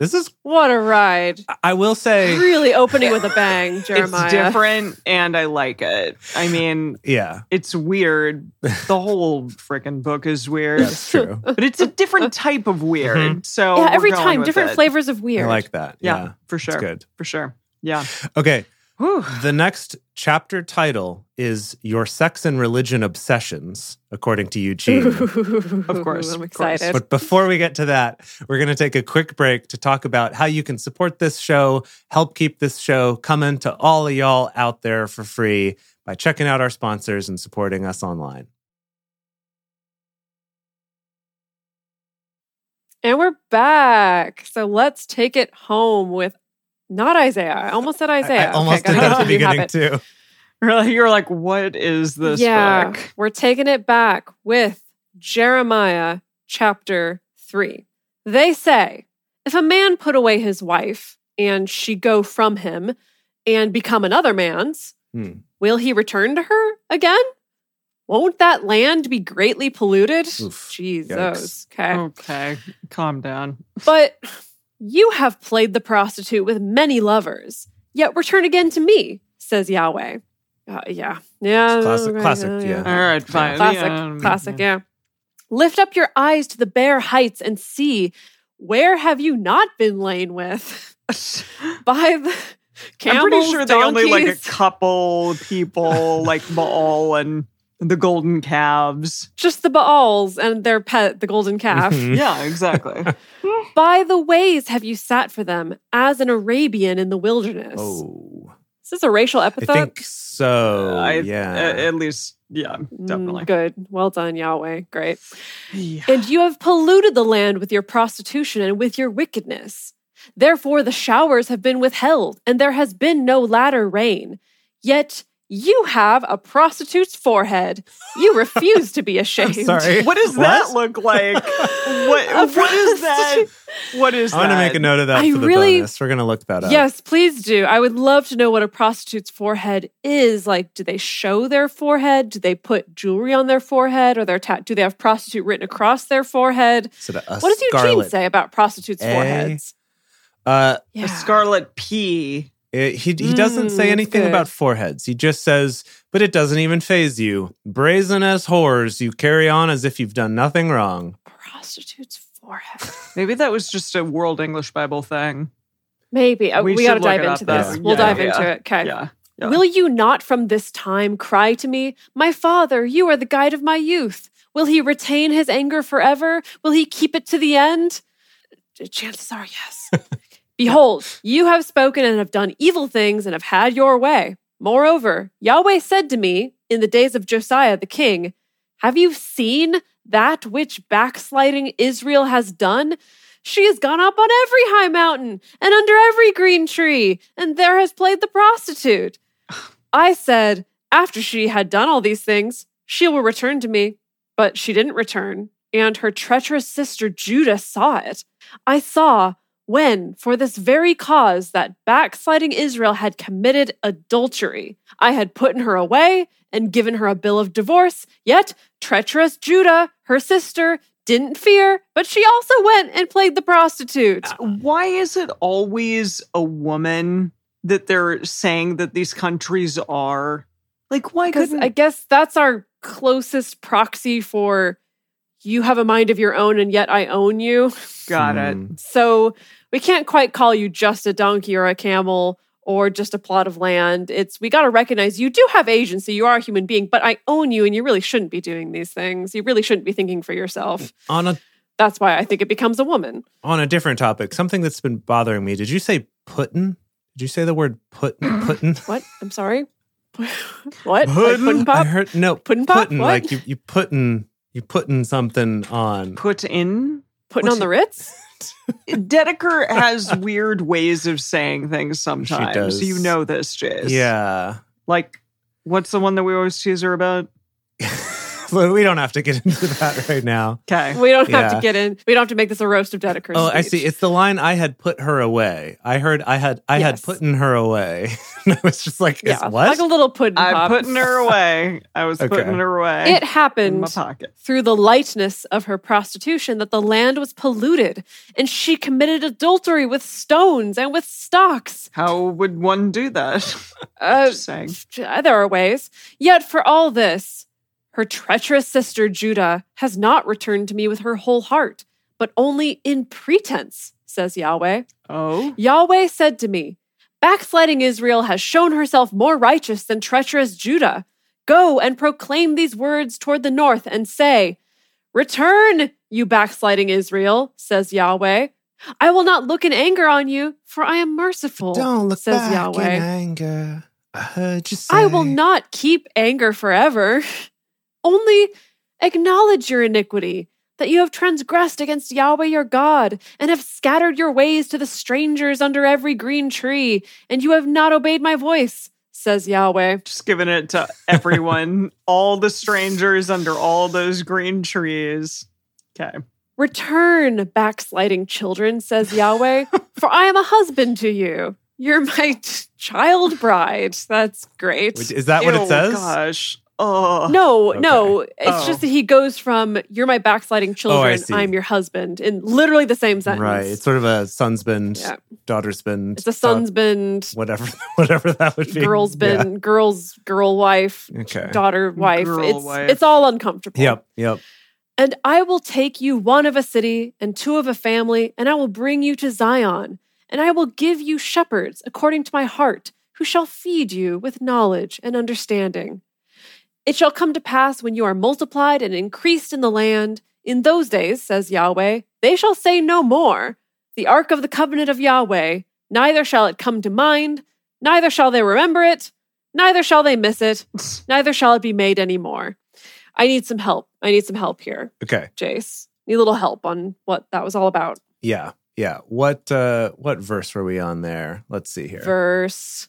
This is, What a ride. I- I will say, Really opening with a [laughs] bang, Jeremiah. It's different and I like it. I mean, yeah, it's weird. The whole freaking book is weird, [laughs] that's true. but it's a different type of weird. Mhm. So Yeah, we're every going time with different it. flavors of weird. I like that. Yeah, Yeah. for It's sure. good. For sure. Yeah. [laughs] Okay. Whew. The next chapter title is Your Sex and Religion Obsessions, according to [laughs] [laughs] Eugene. Of course, I'm of course. excited. hmm. But before we get to that, we're going to take a quick break to talk about how you can support this show, help keep this show coming to all of y'all out there for free by checking out our sponsors and supporting us online. And we're back. So let's take it home with not Isaiah. I almost said I- Isaiah. I, almost Okay, gotta did that at the continue beginning habit. too. You're like- You're like, what is this yeah, book? we're taking it back with Jeremiah chapter 3. They say, if a man put away his wife and she go from him and become another man's, Hmm. will he return to her again? Won't that land be greatly polluted? Oof, Jesus. yikes. Okay. Okay, calm down. But you have played the prostitute with many lovers, yet return again to me, says Yahweh. Uh, yeah. Yeah. classic- okay, classic, yeah. All right, fine. Classic, Yeah. classic, yeah. Lift up your eyes to the bare heights and see where have you not been lain [laughs] with? By the camels, I'm pretty sure they donkeys. only like a couple [laughs] people, like Baal and the golden [laughs] calves. just the Baals and their pet, the golden calf. Mhm. Yeah, [laughs] exactly. By the ways have you sat for them as an Arabian in the wilderness. Oh, Is this a racial I epithet? think so. I- yeah. a- at least, yeah, Mm, definitely. good. Well done, Yahweh. Great. Yeah. And you have polluted the land with your prostitution and with your wickedness. Therefore, the showers have been withheld, and there has been no latter rain. Yet you have a prostitute's forehead. [laughs] You refuse to be [laughs] ashamed. Sorry. What does that look like? What [laughs] A what is that? prostitute- What is I'm going to that? make a note of that I for the really- bonus. We're going to look that up. Yes, please do. I would love to know what a prostitute's forehead is. Like, do they show their forehead? Do they put jewelry on their forehead or their tat? Do they have prostitute written across their forehead? So the- a What does Eugene scarlet say about prostitutes' A. foreheads? Uh, Yeah. A scarlet pea. it- he he doesn't Mm, say that's anything good. about foreheads. He just says, "But it doesn't even phase you, brazen as whores. You carry on as if you've done nothing wrong." prostitute's forehead. Maybe that was just a World English Bible thing. Maybe. Uh, We We, should got to look dive it into up, this. though. We'll Yeah, dive yeah, into it. Okay. Yeah. yeah. Will you not from this time cry to me, My father, you are the guide of my youth? Will he retain his anger forever? Will he keep it to the end? Chances are yes. Behold, you have spoken and have done evil things and have had your way. Moreover, Yahweh said to me in the days of Josiah the king, Have you seen that which backsliding Israel has done? She has gone up on every high mountain and under every green tree, and there has played the prostitute. I said, after she had done all these things, she will return to me. But she didn't return, and her treacherous sister Judah saw it. I saw when, for this very cause, that backsliding Israel had committed adultery. I had put her away and given her a bill of divorce, yet treacherous Judah, her sister, didn't fear, but she also went and played the prostitute. Why is it always a woman that they're saying that these countries are? Like, why Because couldn't I guess that's our closest proxy for you have a mind of your own and yet I own you. [laughs] got Hmm. it? So we can't quite call you just a donkey or a camel or just a plot of land. It's we got to recognize you do have agency. You are a human being, but I own you and you really shouldn't be doing these things. You really shouldn't be thinking for yourself. On a That's why I think it becomes a woman. on a different topic, something that's been bothering me. Did you say putin? Did you say the word [laughs] putin? Putin? What? I'm sorry. [laughs] what? Like Puddin'? puddin' I pop? heard no Puddin' pop? putin, What? Like you, you puttin you puttin something on. Put in. Putting on the Ritz? Dedeker [laughs] has weird ways of saying things sometimes. does. You know this, Jace. Yeah. Like, what's the one that we always tease her about? Well, we don't have to get [laughs] into that right now. Okay. We don't have Yeah. to get in. We don't have to make this a roast of Dedeker's. Oh, I speech. see. It's the line I had put her away. I heard I had I Yes. had puttin her away. [laughs] and I was just like, is what? Like a little pudding I'm pop. putting her away. I was Okay. putting her away it in happened my pocket. through the lightness of her prostitution that the land was polluted and she committed adultery with stones and with stocks. How would one do that? [laughs] Uh, Just saying. there are ways. Yet for all this, her treacherous sister Judah has not returned to me with her whole heart, but only in pretense, says Yahweh. Oh, Yahweh said to me, Backsliding Israel has shown herself more righteous than treacherous Judah. Go and proclaim these words toward the north and say, Return, you backsliding Israel, says Yahweh. I will not look in anger on you, for I am merciful, don't look says back Yahweh. in anger. I heard you say I will not keep anger forever. [laughs] Only acknowledge your iniquity, that you have transgressed against Yahweh your God, and have scattered your ways to the strangers under every green tree, and you have not obeyed my voice, says Yahweh. just giving it to [laughs] everyone, all the strangers under all those green trees. Okay. Return, backsliding children, says Yahweh, for I am a husband to you. You're my [laughs] child bride. That's great. Is that what Ew, it says? Oh, Gosh. Oh. No, Okay. Oh, no. It's Oh. just that he goes from "You're my backsliding children," see. "I'm your husband," in literally the same sentence. Right. It's sort of a son's bend, Yeah. daughter's bend. It's a son's been, daugh- whatever, [laughs] whatever that would be. girl's been, girl's girl wife, Yeah. Okay. daughter wife. Girl it's wife. it's all uncomfortable. Yep. Yep. And I will take you one of a city and two of a family, and I will bring you to Zion, and I will give you shepherds according to my heart, who shall feed you with knowledge and understanding. It shall come to pass when you are multiplied and increased in the land, in those days, says Yahweh, they shall say no more, the ark of the covenant of Yahweh, neither shall it come to mind, neither shall they remember it, neither shall they miss it, neither shall it be made any more. I need some help. I need some help here. Okay. Jace. Need a little help on what that was all about. Yeah. Yeah. What uh what verse were we on there? Let's see here. Verse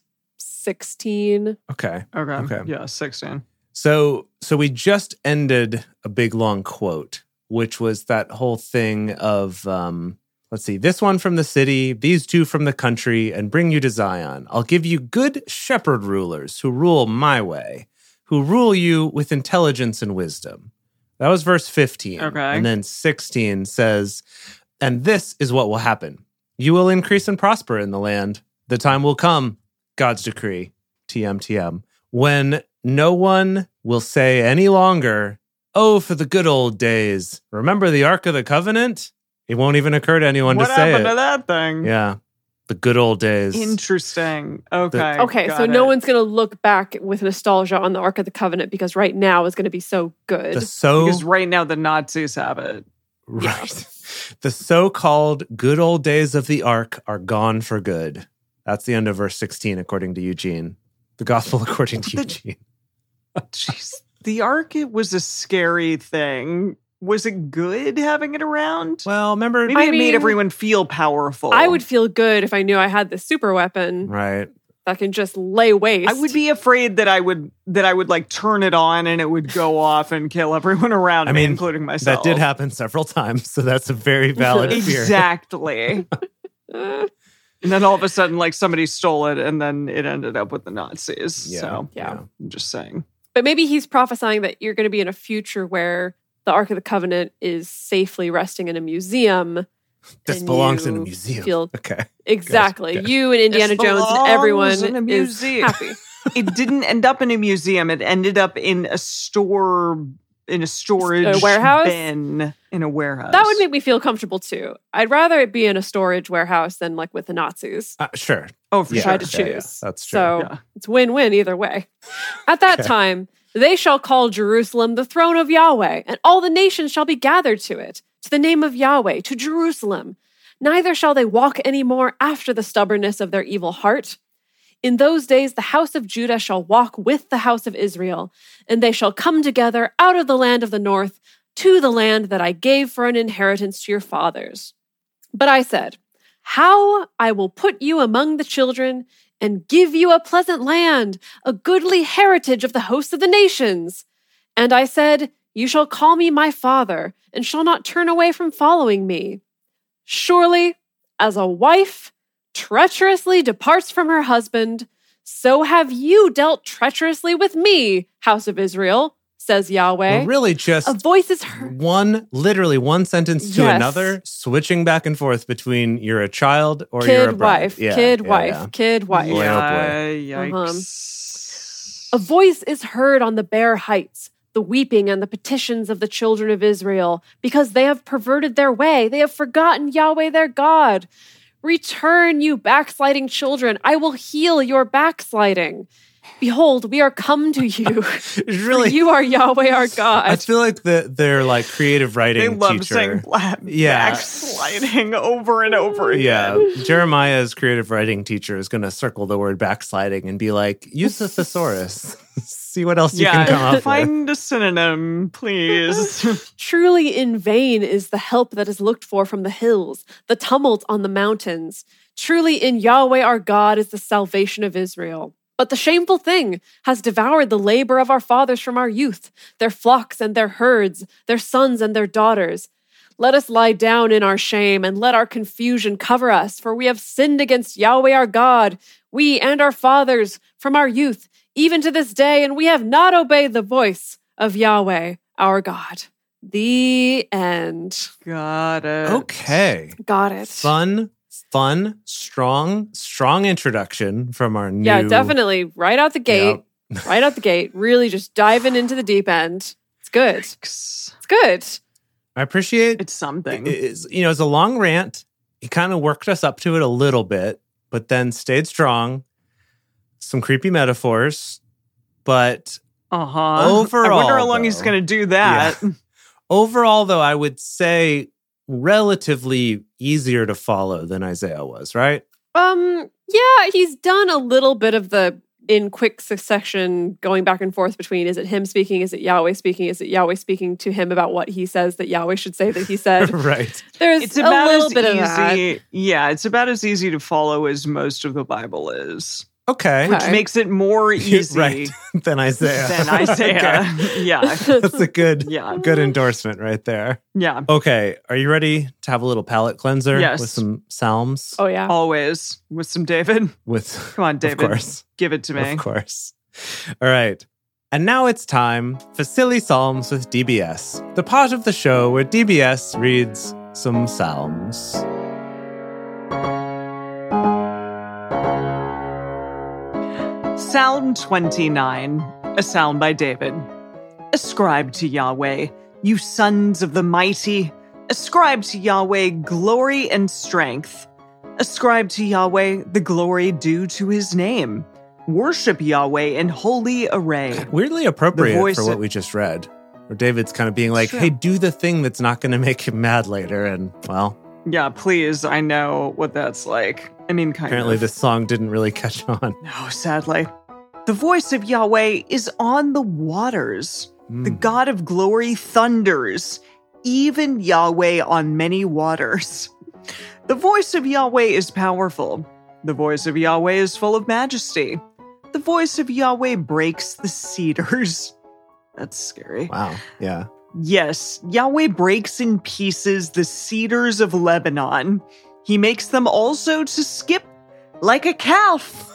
16. okay. Okay. Okay. Yeah, 16. So so we just ended a big long quote, which was that whole thing of um Let's see, this one from the city, these two from the country, and bring you to Zion. I'll give you good shepherd rulers who rule my way, who rule you with intelligence and wisdom. That was verse 15. Okay. And then 16 says, And this is what will happen you will increase and prosper in the land. The time will come, God's decree, TMTM, when no one will say any longer, Oh, for the good old days. Remember the Ark of the Covenant? It won't even occur to anyone what to say happened it. to that thing? Yeah. The good old days. Interesting. Okay. Okay, so got no it. one's going to look back with nostalgia on the Ark of the Covenant because right now is going to be so good. the so Because right now the Nazis have it. [laughs] right. The so-called good old days of the ark are gone for good. That's the end of verse 16 according to Eugene. The gospel [laughs] according to The- Eugene. Jeez. The Ark it was a scary thing. Was it good having it around? Well, remember Maybe I it mean, made everyone feel powerful. I would feel good if I knew I had this super weapon right. that can just lay waste. I would be afraid that I would that I would like turn it on and it would [laughs] go off and kill everyone around I me, mean, including myself. That did happen several times, so that's [laughs] a very valid fear. [laughs] Exactly. Uh, and then all of a sudden, like somebody stole it, and then it ended up with the Nazis. Yeah. So yeah. Yeah. I'm just saying. But maybe he's prophesying that you're going to be in a future where the Ark of the Covenant is safely resting in a museum. This and belongs in a you museum. feel- okay. Exactly. good. You and Indiana This Jones and belongs everyone in a is museum. happy. it didn't end up in a museum. It ended up in a store, in a storage warehouse? bin, in a warehouse. That would make me feel comfortable too. I'd rather it be in a storage warehouse than like with the Nazis. Uh, sure. oh for Yeah. sure. Try to choose. Yeah, yeah. That's true. So Yeah. it's win win either way. At that Okay. time, they shall call Jerusalem the throne of Yahweh, and all the nations shall be gathered to it, to the name of Yahweh, to Jerusalem. Neither shall they walk any more after the stubbornness of their evil heart. In those days, the house of Judah shall walk with the house of Israel, and they shall come together out of the land of the north to the land that I gave for an inheritance to your fathers. But I said, How I will put you among the children and give you a pleasant land, a goodly heritage of the hosts of the nations. And I said, You shall call me my father, and shall not turn away from following me. Surely, as a wife treacherously departs from her husband, so have you dealt treacherously with me, house of Israel, says Yahweh. We're really just A voice is heard. one literally one sentence to Yes. another switching back and forth between you're a child or you're a Kid bride. wife, Yeah, kid yeah, wife, yeah. kid wife. Boy, oh Yeah, boy. yikes. A voice is heard on the bare heights, the weeping and the petitions of the children of Israel, because they have perverted their way. They have forgotten Yahweh their God. Return, you backsliding children. I will heal your backsliding. Behold, we are come to you. It's really you are Yahweh our I God. feel like the their [laughs] like creative writing They love teacher. saying black Yeah. backsliding over and over yeah, again. [laughs] Jeremiah's creative writing teacher is going to circle the word backsliding and be like, use the thesaurus, [laughs] see what else you can [laughs] come Yeah, up with. find a synonym, [laughs] please. Truly in vain is the help that is looked for from the hills, the tumult on the mountains. Truly in Yahweh our God is the salvation of Israel. But the shameful thing has devoured the labor of our fathers from our youth, their flocks and their herds, their sons and their daughters. Let us lie down in our shame and let our confusion cover us, for we have sinned against Yahweh our God, we and our fathers from our youth, even to this day, and we have not obeyed the voice of Yahweh our God. The end. Got it. Okay, Got it. fun, fun, strong, strong introduction from our new. Yeah, definitely. Right out the gate. Yep. right out the gate. Really just diving into the deep end. It's good. It's Yikes. good. I appreciate It's something. it is you know it's a long rant he kind of worked us up to it a little bit but then stayed strong some creepy metaphors but Uh huh. I Overall, wonder how long he's though- going to do that. overall though i would say relatively easier to follow than isaiah was right Um, yeah, he's done a little bit of the in quick succession going back and forth between is it him speaking, is it Yahweh speaking, is it Yahweh speaking to him about what he says that Yahweh should say that he [laughs] said. right There's It's a about little as bit of that. easy. Yeah, it's about as easy to follow as most of the Bible is. Okay. [laughs] Okay. makes it more easy Right. then Isaiah. than [laughs] Isaiah. Yeah. Okay. That's a good Yeah. good endorsement right there. Yeah. Okay. Are you ready to have a little palate cleanser Yes. with some psalms? Oh yeah. Always with some David. With Come on, of David. course. Give it to me. Of course. All right. And now it's time for Silly Psalms with DBS, the part of the show where DBS reads some psalms. Psalm 29, a psalm by David. Ascribe to Yahweh, you sons of the mighty. Ascribe to Yahweh glory and strength. Ascribe to Yahweh the glory due to his name. Worship Yahweh in holy array. Weirdly appropriate The voice for what of- we just read. Or David's kind of being like, Sure. hey, do the thing that's not going to make him mad later. And well, Yeah, please, I know what that's like. I mean, kind apparently of. this song didn't really catch on. No, sadly. The voice of Yahweh is on the waters. The Mm. God of glory thunders, even Yahweh on many waters. The voice of Yahweh is powerful. The voice of Yahweh is full of majesty. The voice of Yahweh breaks the cedars. [laughs] That's scary. Wow. Yeah. Yes, Yahweh breaks in pieces the cedars of Lebanon. He makes them also to skip like a calf,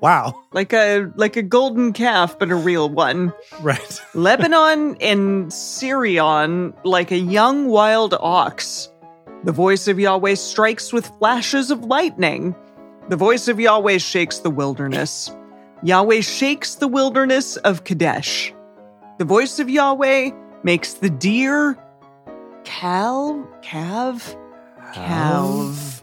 Wow. [laughs] like a like a golden calf but a real one. Right. Lebanon and Syrian like a young wild ox. The voice of Yahweh strikes with flashes of lightning. The voice of Yahweh shakes the wilderness. Yahweh shakes the wilderness of Kadesh. The voice of Yahweh makes the deer calve, calve, calve,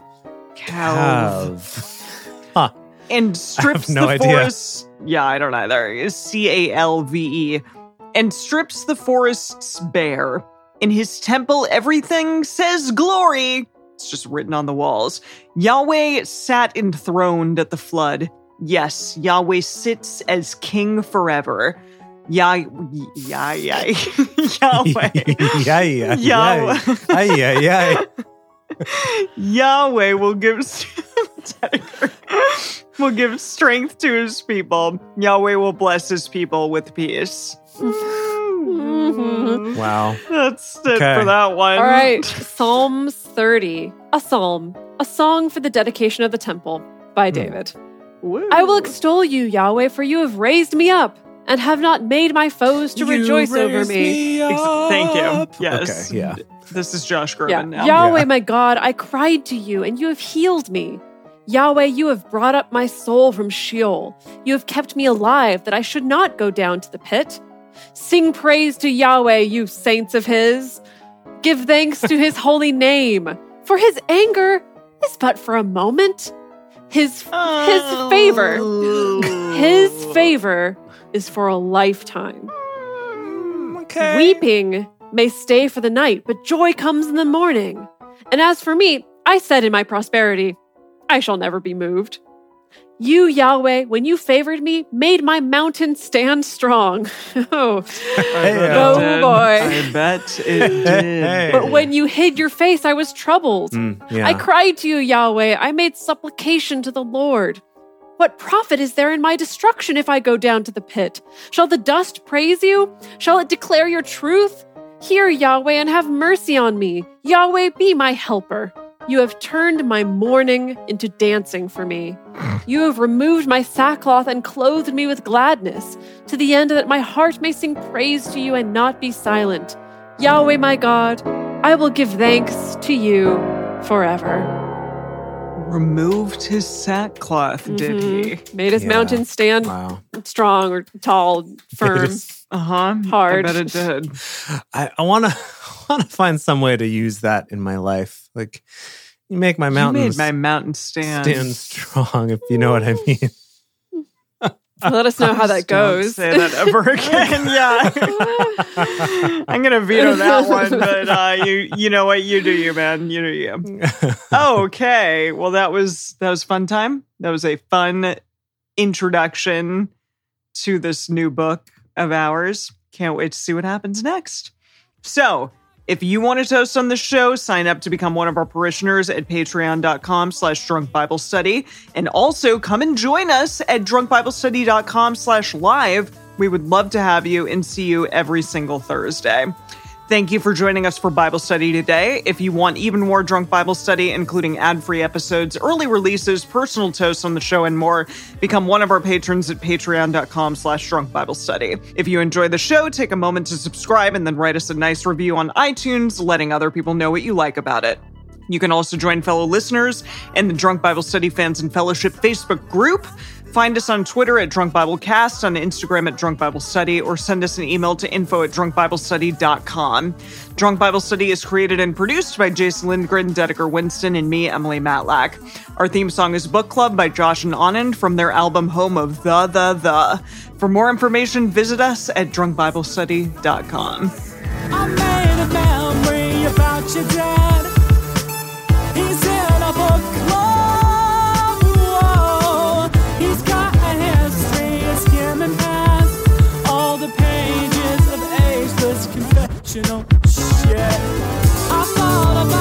calve, Have. Huh. [laughs] and strips no the idea. forests. Yeah, I don't either. C A L V E. And strips the forests bare. In his temple, everything says glory. It's just written on the walls. Yahweh sat enthroned at the flood. Yes, Yahweh sits as king forever. Yah, yah, yah, [laughs] Oh, Yahweh. [laughs] yeah, yeah, Yahweh. yeah. Ay, yeah, yeah. Yahweh will give [laughs] will give strength to his people. Yahweh will bless his people with peace. Mhm. Wow. That's it Okay. for that one. All right. Psalms 30. A psalm. A song for the dedication of the temple by David. Woo. I will extol you, Yahweh, for you have raised me up and have not made my foes to rejoice over me. Ex- Thank [gasps] you. Yes. Okay, yeah. This is Josh Groban Yeah. now. Yahweh, Yeah. my God, I cried to you and you have healed me. Yahweh, you have brought up my soul from Sheol. You have kept me alive that I should not go down to the pit. Sing praise to Yahweh, you saints of his. Give thanks to [laughs] his holy name, for his anger is but for a moment. His his favor, his favor is for a lifetime. Okay. Weeping may stay for the night, but joy comes in the morning. And as for me, I said in my prosperity, I shall never be moved. You, Yahweh, when you favored me, made my mountain stand strong. [laughs] oh. I bet it Oh, did. boy. I bet it [laughs] did. But when you hid your face, I was troubled. Mm, yeah. I cried to you, Yahweh. I made supplication to the Lord. What profit is there in my destruction if I go down to the pit? Shall the dust praise you? Shall it declare your truth? Hear, Yahweh, and have mercy on me. Yahweh, be my helper. You have turned my mourning into dancing for me. You have removed my sackcloth and clothed me with gladness, to the end that my heart may sing praise to you and not be silent. Yahweh, my God, I will give thanks to you forever. Removed his sackcloth, did he? Mhm. Made his Yeah. mountain stand wow. strong or tall, [laughs] firm. Uh huh. Hard. I bet it did. I, I wanna [laughs] wanna find some way to use that in my life. Like you make my you mountains made my mountain stand strong, if you know what I mean. Let us know how Just that don't goes. Say that [laughs] ever again. yeah, [laughs] I'm gonna veto that one. But uh, you, you know what? You do you, man. You do you. [laughs] Okay. Well, that was that was fun time. That was a fun introduction to this new book of ours. Can't wait to see what happens next. So, If you want to toast on the show, sign up to become one of our parishioners at patreon.com slash drunk Bible study. And also come and join us at drunkbiblestudy.com slash live. We would love to have you and see you every single Thursday. Thank you for joining us for Bible study today. If you want even more drunk Bible study, including ad free episodes, early releases, personal toasts on the show, and more, become one of our patrons at patreon.com slash drunk Bible study. If you enjoy the show, take a moment to subscribe and then write us a nice review on iTunes, letting other people know what you like about it. You can also join fellow listeners and the Drunk Bible Study Fans and Fellowship Facebook group. Find us on Twitter at Drunk Bible Cast, on Instagram at Drunk Bible Study, or send us an email to info at drunkbiblestudy.com. Drunk Bible Study is created and produced by Jason Lindgren, Dedeker Winston, and me, Emily Matlack. Our theme song is Book Club by Josh and Anand from their album Home of The The The. For more information, visit us at drunkbiblestudy.com. I made a memory about your dad. He's in a book club. Whoa. He's got a history of skimming past all the pages of ageless confessional shit. I thought about.